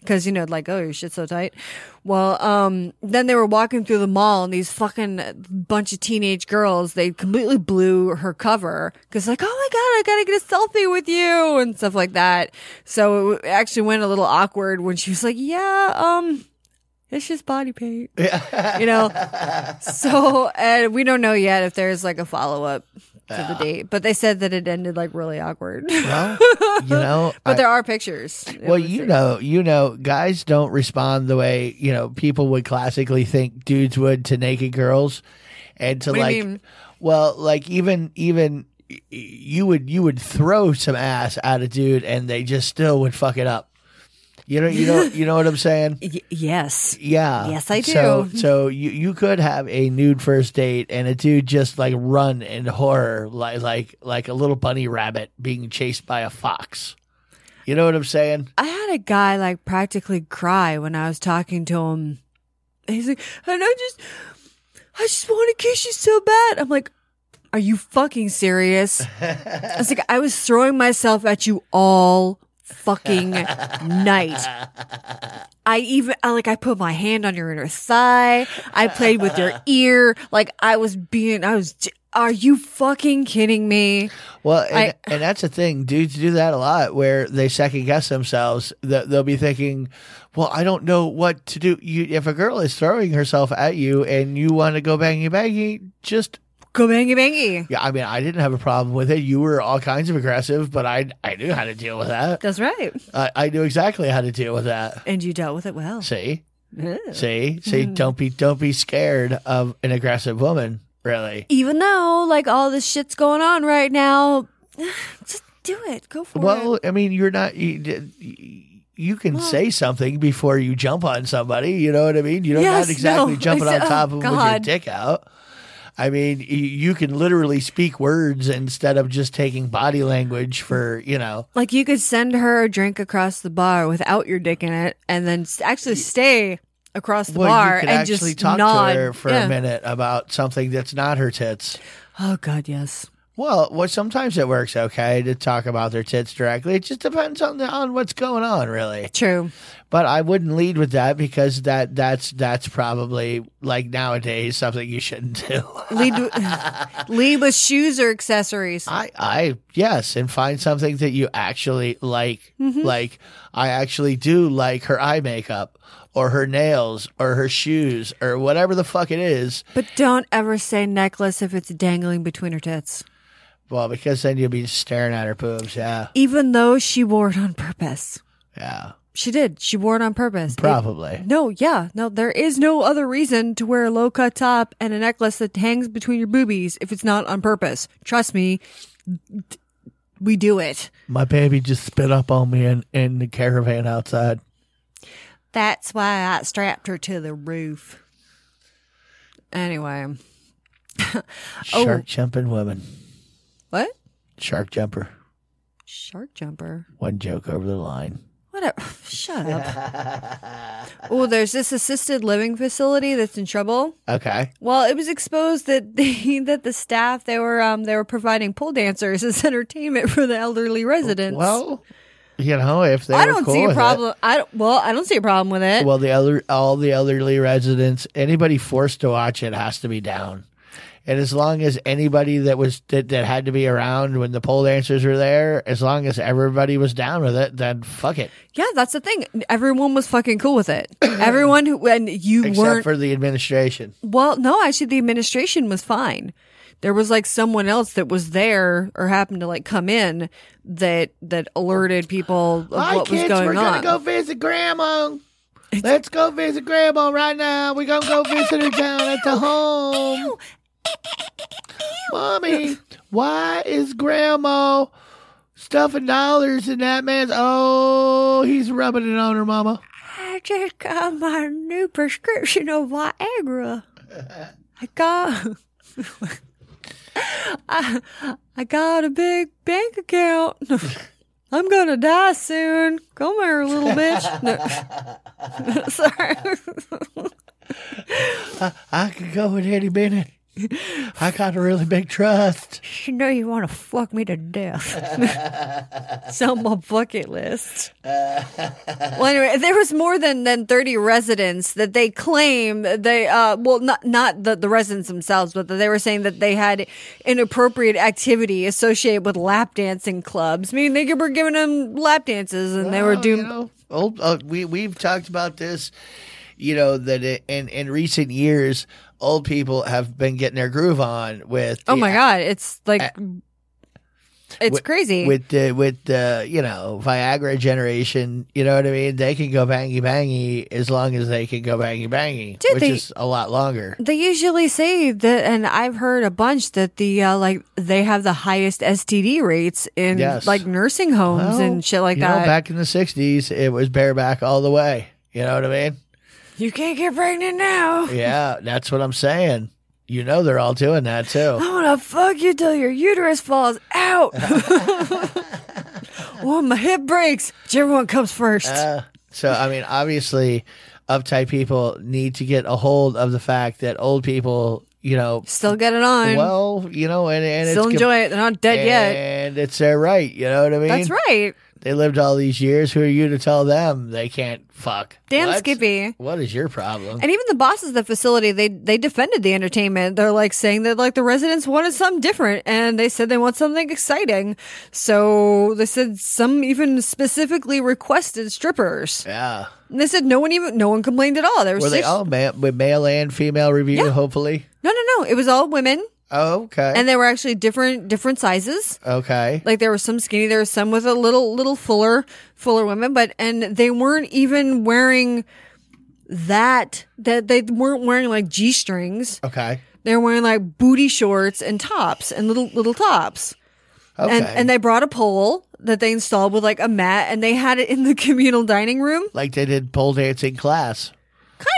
because you know, like, oh, your shit's so tight. Well, um, then they were walking through the mall, and these fucking bunch of teenage girls they completely blew her cover because like, oh my god, I gotta get a selfie with you and stuff like that. So it actually went a little awkward when she was like, yeah, um. It's just body paint, you know. So, and we don't know yet if there's like a follow up for the date. But they said that it ended like really awkward.
Well, you know,
but
I-
there are pictures. It
Well,
was
you
a-
know, you know, guys don't respond the way you know people would classically think dudes would to naked girls, and to
What do
like,
you mean?
well, like even even y- y- you would you would throw some ass at a dude, and they just still would fuck it up. You know, you know, you know what I'm saying?
yes.
Yeah.
Yes, I
So,
do.
so you you could have a nude first date, and a dude just like run in horror, like like like a little bunny rabbit being chased by a fox. You know what I'm saying?
I had a guy like practically cry when I was talking to him. He's like, and I just, I just want to kiss you so bad. I'm like, are you fucking serious? I was like, I was throwing myself at you all fucking night. I even, I, like, I put my hand on your inner thigh. I played with your ear. Like, I was being, I was, are you fucking kidding me?
Well, and,
I-
and that's the thing. Dudes do that a lot where they second guess themselves. Th- They'll be thinking, well, I don't know what to do. You, if a girl is throwing herself at you and you want to go bangy bangy, just.
Go bangy bangy.
Yeah, I mean, I didn't have a problem with it. You were all kinds of aggressive, but I I knew how to deal with that.
That's right.
I, I knew exactly how to deal with that.
And you dealt with it well.
See,
Yeah.
see, see. Don't be don't be scared of an aggressive woman. Really.
even though like all this shit's going on right now, just do it. Go for
Well,
it.
I mean, you're not. You, d- you can say something before you jump on somebody. You know what I mean? You don't
Yes,
not exactly
no,
jumping on
it's-
top
oh,
of them with your
God.
dick out. I mean, y- you can literally speak words instead of just taking body language for you know.
Like you could send her a drink across the bar without your dick in it, and then s- actually stay across the
well,
bar
you can
and
actually
just
talk
nod
to her for
Yeah.
a minute about something that's not her tits.
Oh God, yes.
Well, well, sometimes it works okay to talk about their tits directly. It just depends on the, on what's going on, really.
True.
But I wouldn't lead with that because that that's that's probably like nowadays something you shouldn't do.
Lead w- lead with shoes or accessories.
I I yes, and find something that you actually like.
Mhm.
Like I actually do like her eye makeup or her nails or her shoes or whatever the fuck it is.
but don't ever say necklace if it's dangling between her tits,
Well, because then you'll be staring at her boobs. Yeah,
even though she wore it on purpose.
yeah,
She did. She wore it on purpose. It-
probably.
No, yeah, no, there is no other reason to wear a low cut top and a necklace that hangs between your boobies if it's not on purpose. Trust me, d- we do it.
My baby just spit up on me in, in the caravan outside.
That's why I strapped her to the roof. Anyway, Oh.
Shark jumping women.
what?
Shark jumper.
Shark jumper.
One joke over the line.
Whatever. Shut up. oh, there's this assisted living facility that's in trouble.
Okay.
Well, it was exposed that the, that the staff they were um they were providing pole dancers as entertainment for the elderly residents.
Well, you know, if they
I
were
don't
cool
see a
with it-
problem. I don't, well, I don't see a problem with it.
well, the elder, all the elderly residents, anybody forced to watch it has to be down. And as long as anybody that was that, that had to be around when the pole dancers were there, as long as everybody was down with it, then fuck it.
yeah, that's the thing. Everyone was fucking cool with it. Everyone who and you
Except
weren't.
for the administration.
well, no, actually, the administration was fine. There was like someone else that was there or happened to like come in that that alerted people of
Hi,
what
kids,
was going
we're gonna
on.
go visit grandma. Let's go visit grandma right now. We're gonna go visit her down at the home. Mommy, why is grandma stuffing dollars in that man's? Oh, he's rubbing it on her, mama.
I just got my new prescription of Viagra. I got. I, I got a big bank account. I'm gonna die soon. Come here, little bitch. No. Sorry.
I could go with Eddie Bennett. I got a really big trust.
you know you want to fuck me to death. it's on my bucket list. well, anyway, there was more than, than 30 residents that they claim they, uh, well, not, not the, the residents themselves, but that they were saying that they had inappropriate activity associated with lap dancing clubs. I mean, they were giving them lap dances and they were
Well, you Oh,
doing,
know, old, uh, we we've talked about this. you know that it, in in recent years, old people have been getting their groove on with.
Oh
the-
my god, it's like it's
with-
crazy.
with the with the you know Viagra generation. You know what I mean? They can go bangy bangy as long as they can go bangy bangy,
Dude,
which
they-
is a lot longer.
they usually say that, and I've heard a bunch that the uh, like they have the highest STD rates in
Yes.
like nursing homes and shit like
you
that.
Know, back in the '60s, it was bareback all the way. You know what I mean?
you can't get pregnant now.
Yeah, that's what I'm saying. You know they're all doing that too.
I'm gonna fuck you till your uterus falls out. well, my hip breaks. Whichever one comes first.
Uh, so I mean, obviously, uptight people need to get a hold of the fact that old people, you know,
Still get it on.
well, you know, and, and
Still
it's,
enjoy it. They're not dead yet.
and it's their right. You know what I mean?
That's right.
They lived all these years. Who are you to tell them they can't fuck?
Damn
What?
Skippy.
What is your problem?
And even the bosses of the facility, they they defended the entertainment. They're like saying that like the residents wanted something different, and they said they want something exciting. So they said some even specifically requested strippers.
yeah.
And they said no one even no one complained at all. There was
Were they
six-
all ma- with male and female review?
Yeah.
Hopefully.
no no no. It was all women,
Oh, okay.
and they were actually different different sizes.
okay.
Like there were some skinny, there were some with a little little fuller fuller women, but and they weren't even wearing that that they weren't wearing like g strings.
Okay.
They were wearing like booty shorts and tops and little little tops.
Okay.
And and they brought a pole that they installed with like a mat and they had it in the communal dining room.
like they did pole dancing class.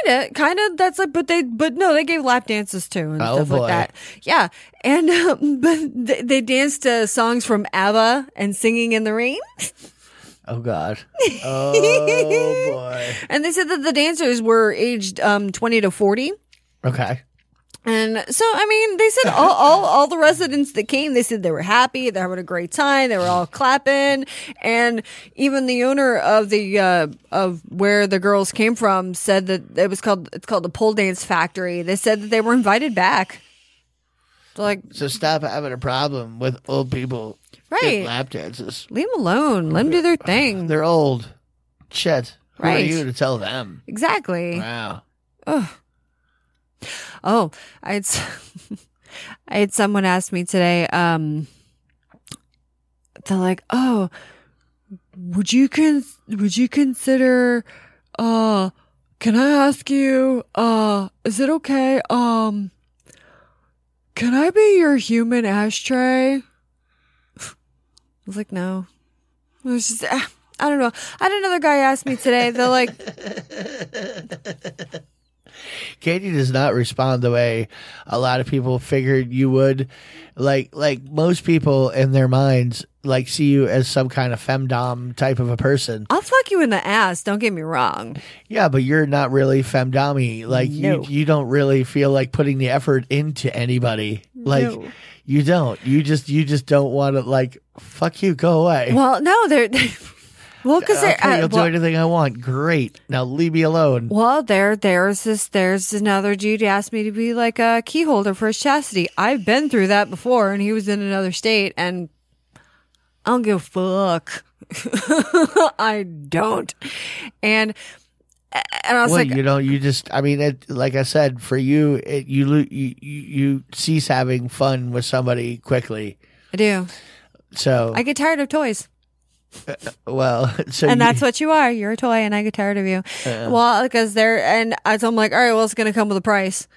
Kinda, kinda that's like but they but no, they gave lap dances too and
Oh,
stuff
boy.
like that. Yeah. And um, but they, they danced uh, songs from ABBA and singing in the rain.
Oh God. Oh boy.
And they said that the dancers were aged um, 20 to 40.
Okay.
And so, I mean, they said all, all, all the residents that came, they said they were happy, they're having a great time, they were all clapping. And even the owner of the, uh, of where the girls came from said that it was called, it's called the Pole Dance Factory. They said that they were invited back. So, like,
So stop having a problem with old people
Right.
doing lap dances.
leave them alone, let them do their thing.
They're old. Shit. Who
Right.
are you to tell them?
Exactly.
Wow.
Oh, I had, s- I had someone ask me today. Um, they're like, "Oh, would you con- would you consider? Uh, can I ask you? Uh, is it okay? Um, can I be your human ashtray?" I was like, "No." It was just, ah, I don't know. I had another guy ask me today. They're like,
Katie does not respond the way a lot of people figured you would. Like like most people in their minds like see you as some kind of femdom type of a person.
"I'll fuck you in the ass." Don't get me wrong.
Yeah, but you're not really femdom Like
No.
you you don't really feel like putting the effort into anybody. Like
No.
you don't. You just you just don't want to like fuck you, go away.
Well, no, they're they, well because
okay,
they're uh,
you'll do
well,
anything I want. Great. Now leave me alone.
well, there there's this there's another dude who asked me to be like a key holder for his chastity. I've been through that before, and he was in another state, and I don't give a fuck. I don't, and and I was
Well,
like,
you know, you just, I mean, it, like I said, for you, it, you, lo- you, you, you cease having fun with somebody quickly.
I do.
So,
I get tired of toys.
well, so
and
you- Uh-uh.
that's what you are. You're a toy, and I get tired of you. well, because they're and I, so I'm like, all right, well, it's gonna come with a price.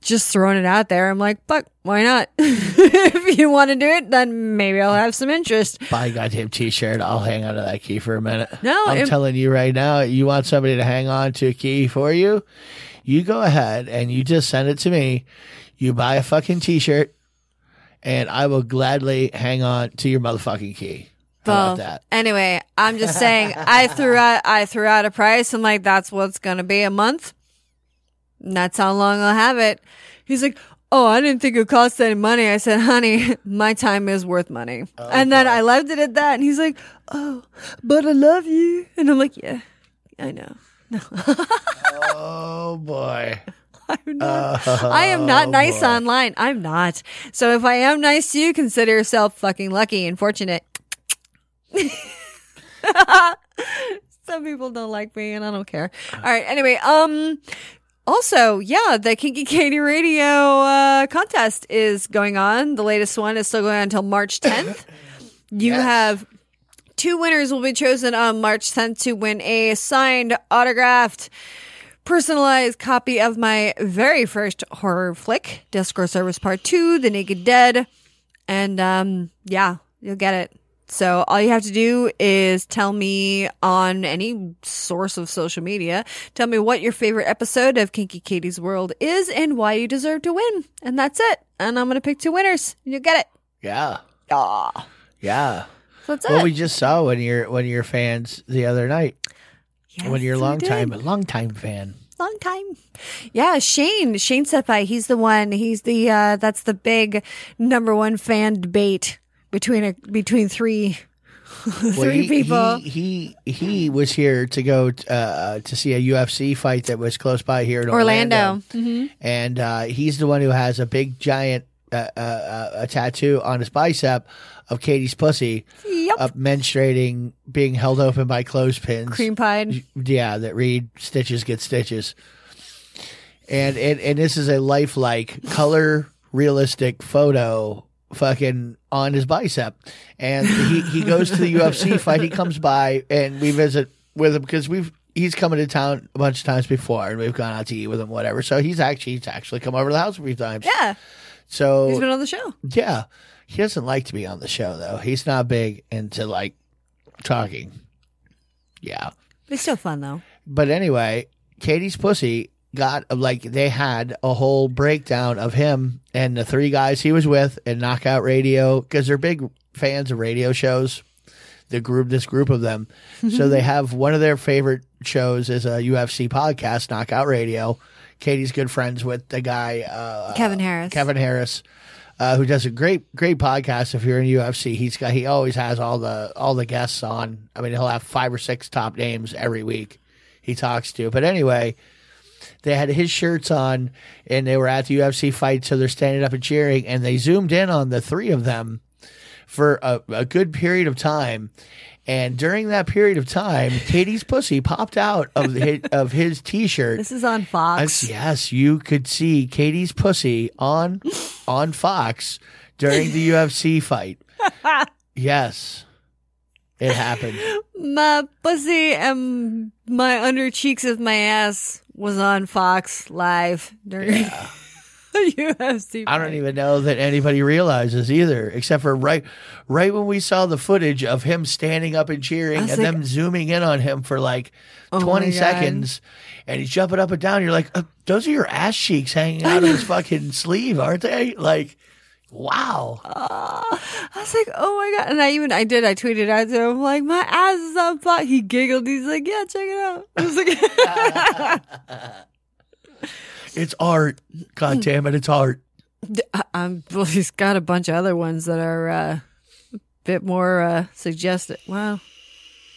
Just throwing it out there. I'm like, fuck, why not? if you want to do it, then maybe I'll have some interest.
buy a goddamn t-shirt. I'll hang on to that key for a minute.
No,
I'm
it-
telling you right now, you want somebody to hang on to a key for you, you go ahead and you just send it to me. You buy a fucking t-shirt and I will gladly hang on to your motherfucking key. How about
Well,
that?
anyway, I'm just saying, I threw out, I threw out a price. I'm like, that's what's gonna be a month. And that's how long I'll have it. He's like, oh, I didn't think it cost any money. I said, honey, my time is worth money.
Oh,
And then I left it at that. And he's like, oh, but I love you. And I'm like, yeah, I know.
Oh boy.
I'm not, I am not nice
boy.
online. I'm not. So if I am nice to you, consider yourself fucking lucky and fortunate. Some people don't like me, and I don't care. All right. Anyway, um, also, yeah, the Kinky Katie Radio uh, contest is going on. The latest one is still going on until March 10th. You have two winners will be chosen on March 10th to win a signed, autographed, personalized copy of my very first horror flick, Discord Service Part 2, The Naked Dead. And um, yeah, you'll get it. So all you have to do is tell me on any source of social media, tell me what your favorite episode of Kinky Katie's World is and why you deserve to win. And that's it. And I'm going to pick two winners. You'll get it.
Yeah.
Aw.
Yeah.
So that's
well,
it.
we just saw one of your one of your fans the other night. one of your
we
long time
did.
long time fan.
long time. Yeah, Shane. Shane stepped by. He's the one. He's the uh that's the big number one fan debate between a between three three
Well, he-
people.
He, he he was here to go uh, to see a UFC fight that was close by here in
Orlando.
Orlando,
Mhm.
and uh, he's the one who has a big giant uh, uh, uh, a tattoo on his bicep of Katie's pussy,
Yep.
up menstruating, being held open by clothespins.
Cream pie.
Yeah, that read stitches get stitches. And and, and this is a lifelike, color realistic photo fucking on his bicep. And he, he goes to the UFC fight, he comes by and we visit with him because we've he's come into town a bunch of times before and we've gone out to eat with him, whatever. So he's actually he's actually come over to the house a few times.
Yeah.
So
He's been on the show.
yeah. He doesn't like to be on the show though. He's not big into like talking. Yeah.
It's still fun though.
But anyway, Katie's pussy got like they had a whole breakdown of him and the three guys he was with and Knockout Radio because they're big fans of radio shows. The group, this group of them, so they have one of their favorite shows is a UFC podcast, Knockout Radio. Katie's good friends with the guy uh,
Kevin Harris.
Kevin Harris, uh, who does a great great podcast. If you're in UFC, he's got he always has all the all the guests on. I mean, he'll have five or six top names every week he talks to. But anyway, they had his shirts on, and they were at the UFC fight, so they're standing up and cheering, and they zoomed in on the three of them for a, a good period of time. And during that period of time, Katie's pussy popped out of his, of his t-shirt.
This is on Fox.
Yes, yes, you could see Katie's pussy on on Fox during the UFC fight. Yes, it happened.
My pussy and my under cheeks of my ass was on Fox live during UFC.
I don't even know that anybody realizes either, except for right right when we saw the footage of him standing up and cheering
I
and
was like-
them zooming in on him for like
Oh my
20
God.
seconds and he's jumping up and down. You're like, uh, those are your ass cheeks hanging out of his fucking sleeve, aren't they? Like, wow.
Uh, I was like, oh my god! And I even I did. I tweeted out to him like, my ass is on fire. He giggled. He's like, yeah, check it out. I was like,
It's art. God damn it, it's art.
I- I'm. Well, he's got a bunch of other ones that are uh, a bit more uh, suggested. Well,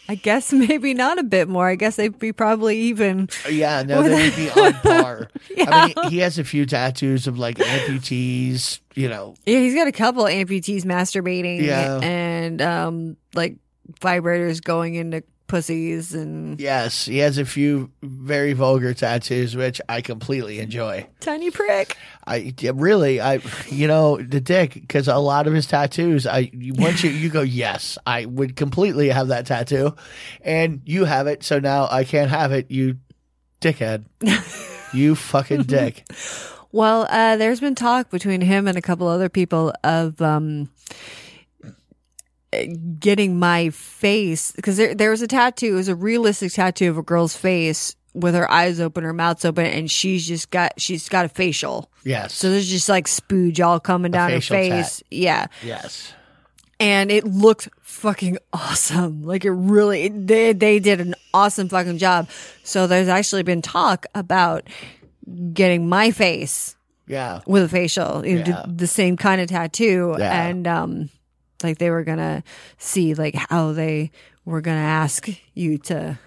I guess maybe not a bit more. I guess they'd be probably even.
Yeah, no,
With-
they would be on par.
Yeah.
I mean, he has a few tattoos of like amputees, you know.
Yeah, he's got a couple of amputees masturbating.
Yeah.
and um, like vibrators going into pussies and
Yes, he has a few very vulgar tattoos, which I completely enjoy.
tiny prick.
I really, I, you know, the dick because a lot of his tattoos, I you- once you you go, yes, I would completely have that tattoo, and you have it, so now I can't have it, you dickhead, you fucking dick.
Well, uh, there's been talk between him and a couple other people of um, eh, getting my face because there there was a tattoo. It was a realistic tattoo of a girl's face with her eyes open, her mouth's open, and she's just got she's got a facial.
Yes,
So there's just like spooge all coming down her
facial
face. Yeah,
yes,
and it looked fucking awesome. Like it really it, they they did an awesome fucking job. So there's actually been talk about getting my face
yeah,
with a facial, you know,
Yeah.
d- the same kind of tattoo,
Yeah.
and um, like they were gonna see like how they were gonna ask you to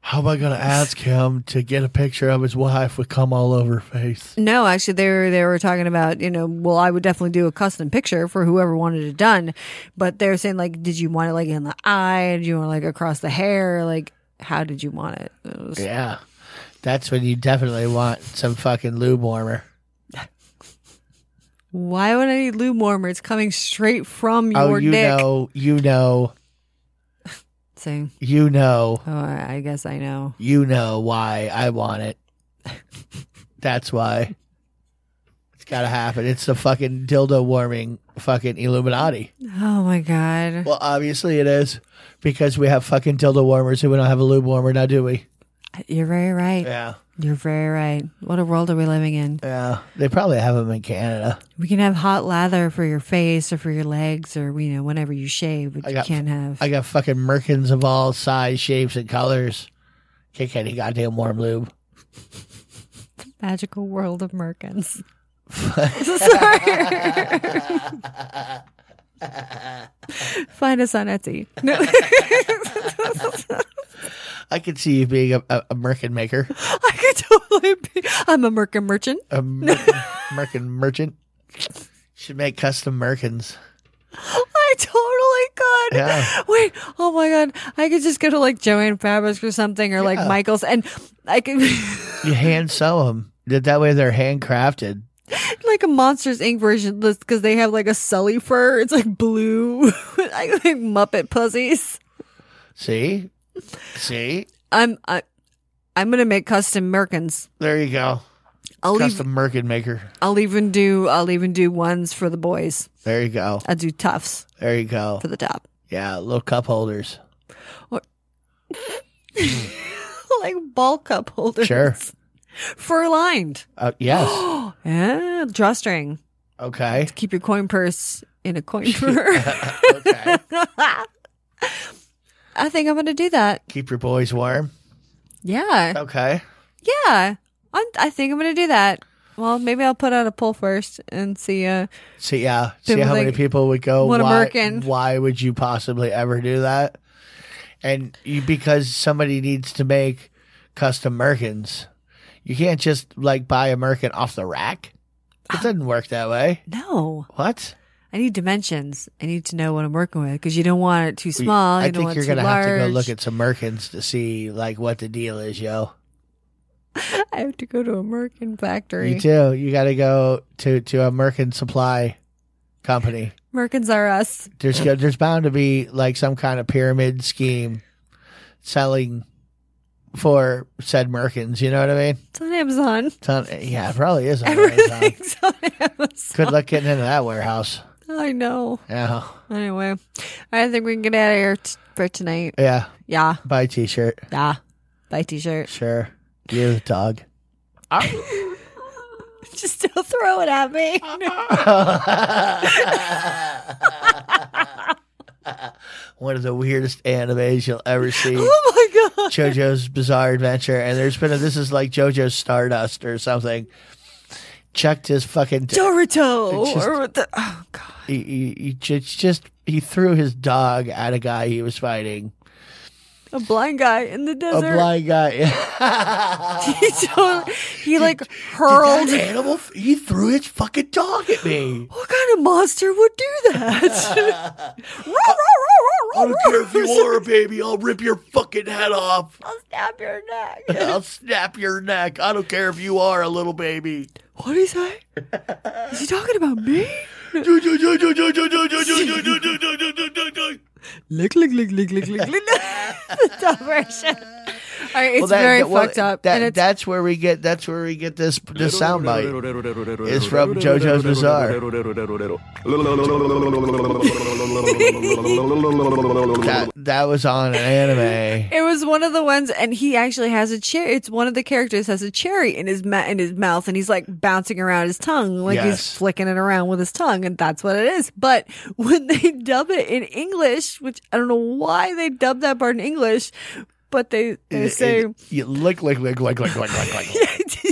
How am I going to ask him to get a picture of his wife with come all over her face?
No, actually, they were they were talking about you know, well, I would definitely do a custom picture for whoever wanted it done, but they're saying like, did you want it like in the eye? Did you want it like across the hair? Like, how did you want it? It was-
Yeah. That's when you definitely want some fucking lube warmer.
Why would I need lube warmer? It's coming straight from your
oh, you
dick.
know, you know,
Saying,
you know,
oh, I I guess I know.
you know why I want it. That's why. It's got to happen. It's the fucking dildo warming fucking Illuminati.
Oh my god.
Well, obviously it is because we have fucking dildo warmers and we don't have a lube warmer now, do we?
You're very right.
Yeah.
You're very right. What a world are we living in?
Yeah. They probably have them in Canada.
We can have hot lather for your face or for your legs or you know whenever you shave, but
I
you
got-
can't have.
I got fucking merkins of all size, shapes, and colors. Can't get any goddamn warm lube.
Magical world of merkins. Sorry. Find us on Etsy. No.
I could see you being a, a, a merkin maker,
I could totally be. I'm a merkin merchant.
a mer- merkin merchant. Should make custom merkins.
I totally could.
Yeah.
Wait, oh my God. I could just go to like Joanne Fabrics or something or like
Yeah.
Michael's and I could
You hand sew them. That, that way they're handcrafted.
like a Monsters Inc. version because they have like a Sully fur. It's like blue. I like Muppet pussies.
See? See?
I'm, I, I'm going to make custom merkins.
There you go.
I'll leave
custom merkin maker.
I'll even do I'll even do ones for the boys.
There you go.
I'll do tufts
There you go.
for the top.
Yeah, little cup holders.
like ball cup holders.
Sure.
Fur lined.
Uh, yes.
Yeah. Drawstring.
Okay.
Keep your coin purse in a coin purse.
Okay.
I think I'm gonna do that.
Keep your boys warm.
Yeah.
Okay.
Yeah. I'm, I think I'm gonna do that. Well, maybe I'll put out a poll first and see. Uh,
So yeah, see
People
how many
think,
people would go.
"What a
why,
merkin."
why would you possibly ever do that? And you, because somebody needs to make custom merkins, you can't just like buy a merkin off the rack.
Ah.
It doesn't work that way.
no,
What?
I need dimensions. I need to know what I'm working with because you don't want it too
We-
small.
I
you don't
think
want
you're
it too
gonna have to go look
large.
at some merkins to see like what the deal is, yo.
I have to go to a merkin factory.
You too. You got to go to to a merkin supply company.
Merkins are us.
There's go- there's bound to be like some kind of pyramid scheme selling for said merkins. You know what I mean?
It's on Amazon.
It's on- Oh, yeah, it probably is. On Amazon.
Everything's on Amazon.
Good luck getting into that warehouse.
I know.
Yeah,
Anyway, I think we can get out of here t- for tonight.
yeah.
Yeah.
Buy a t-shirt.
Yeah. Buy t shirt.
Sure. You're the dog.
Just don't throw it at me.
One of the weirdest animes you'll ever see.
Oh my God.
JoJo's Bizarre Adventure, and there's been a this is like JoJo's Stardust or something. Chucked his fucking
Dorito.
It's just-
or the, oh, God.
he, he, he just, just he threw his dog at a guy he was fighting.
A blind guy in the
A
desert.
blind guy.
he, totally, he like hurled.
An animal. He threw his fucking dog at me.
What kind of monster would do that? Roar, roar,
I
roar, roar,
don't
roar,
care if
roar.
you are a baby. I'll rip your fucking head off.
I'll stab your neck.
I'll snap your neck. I don't care if you are a little baby.
What did he say? Is he talking about me? Lick, lick, lick, lick, lick, lick, lick. the dog version. All right, it's
that-
very
that- well,
fucked up.
That,
and it's,
that's where we get. That's where we get this this soundbite. It's from JoJo's That that was on an anime.
it was one of the ones, and he actually has a cherry. It's one of the characters has a cherry in his ma- in his mouth, and he's like bouncing around his tongue, like he's
Yes.
flicking it around with his tongue, and that's what it is. But when they dub it in English, which I don't know why they dubbed that part in English, but they they
It-
say.
it- you lick, lick, lick, lick, lick, lick, lick, lick,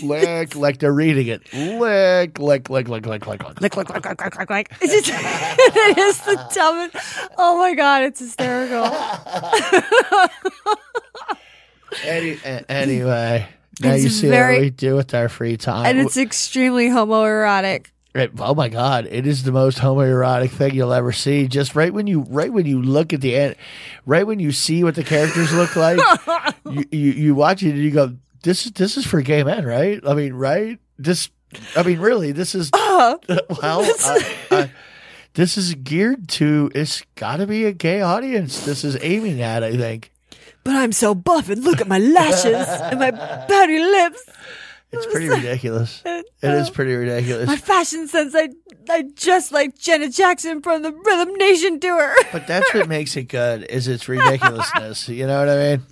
lick, like they're reading it. Lick, lick, lick, lick, lick, lick, lick.
click, click, click, click, click, click, click. It's just, it is the dumbest. Oh my god, it's hysterical.
Any, a- anyway, now you
It's
see
very-
what we do with our free time.
and it's extremely homoerotic.
It- oh my god, it is the most homoerotic thing you'll ever see. Just right when you right when you look at the end, right when you see what the characters look like, you, you you watch it and you go, this is this is for gay men, right? I mean, right? This, I mean, really, this is
Uh,
well, I, I, this is geared to. It's got to be a gay audience. This is aiming at, I think.
But I'm so buff, and look at my lashes and my pouty lips. Uh,
It's pretty ridiculous. It is pretty ridiculous.
My fashion sense, I, I just like Janet Jackson from the Rhythm Nation tour.
But that's what makes it good is its ridiculousness. you know what I mean?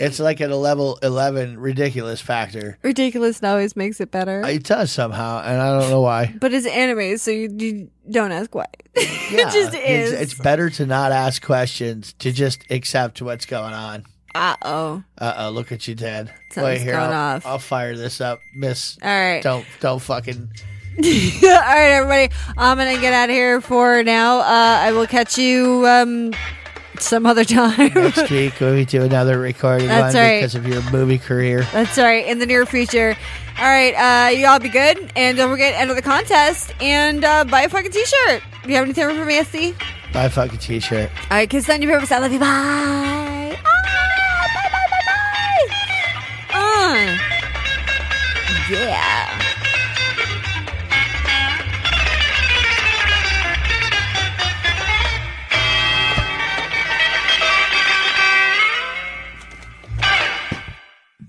It's like at a level eleven ridiculous factor.
Ridiculous always makes it better.
It does somehow, and I don't know why.
but it's anime, so you, you don't ask why.
Yeah,
it just
it's-
is.
It's, better to not ask questions to just accept what's going on.
uh oh.
Uh oh, look at you, Dad. Wait
Something's
here,
going
I'll,
off.
I'll fire this up, Miss.
All right.
don't don't fucking.
All right, everybody. I'm gonna get out of here for now. Uh, I will catch you um, some other time.
Next week when we do another recording
That's
one
right.
because of your movie career.
That's all right. In the near future. All right. Uh, you all be good, and don't forget enter the contest and uh, buy a fucking t-shirt. Do you have anything for me, SD?
Buy a fucking t-shirt.
All right, kiss on your purpose. I love you. Bye. Ah, bye. Bye. Bye. Bye. Uh. Yeah.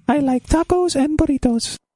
I like tacos and burritos.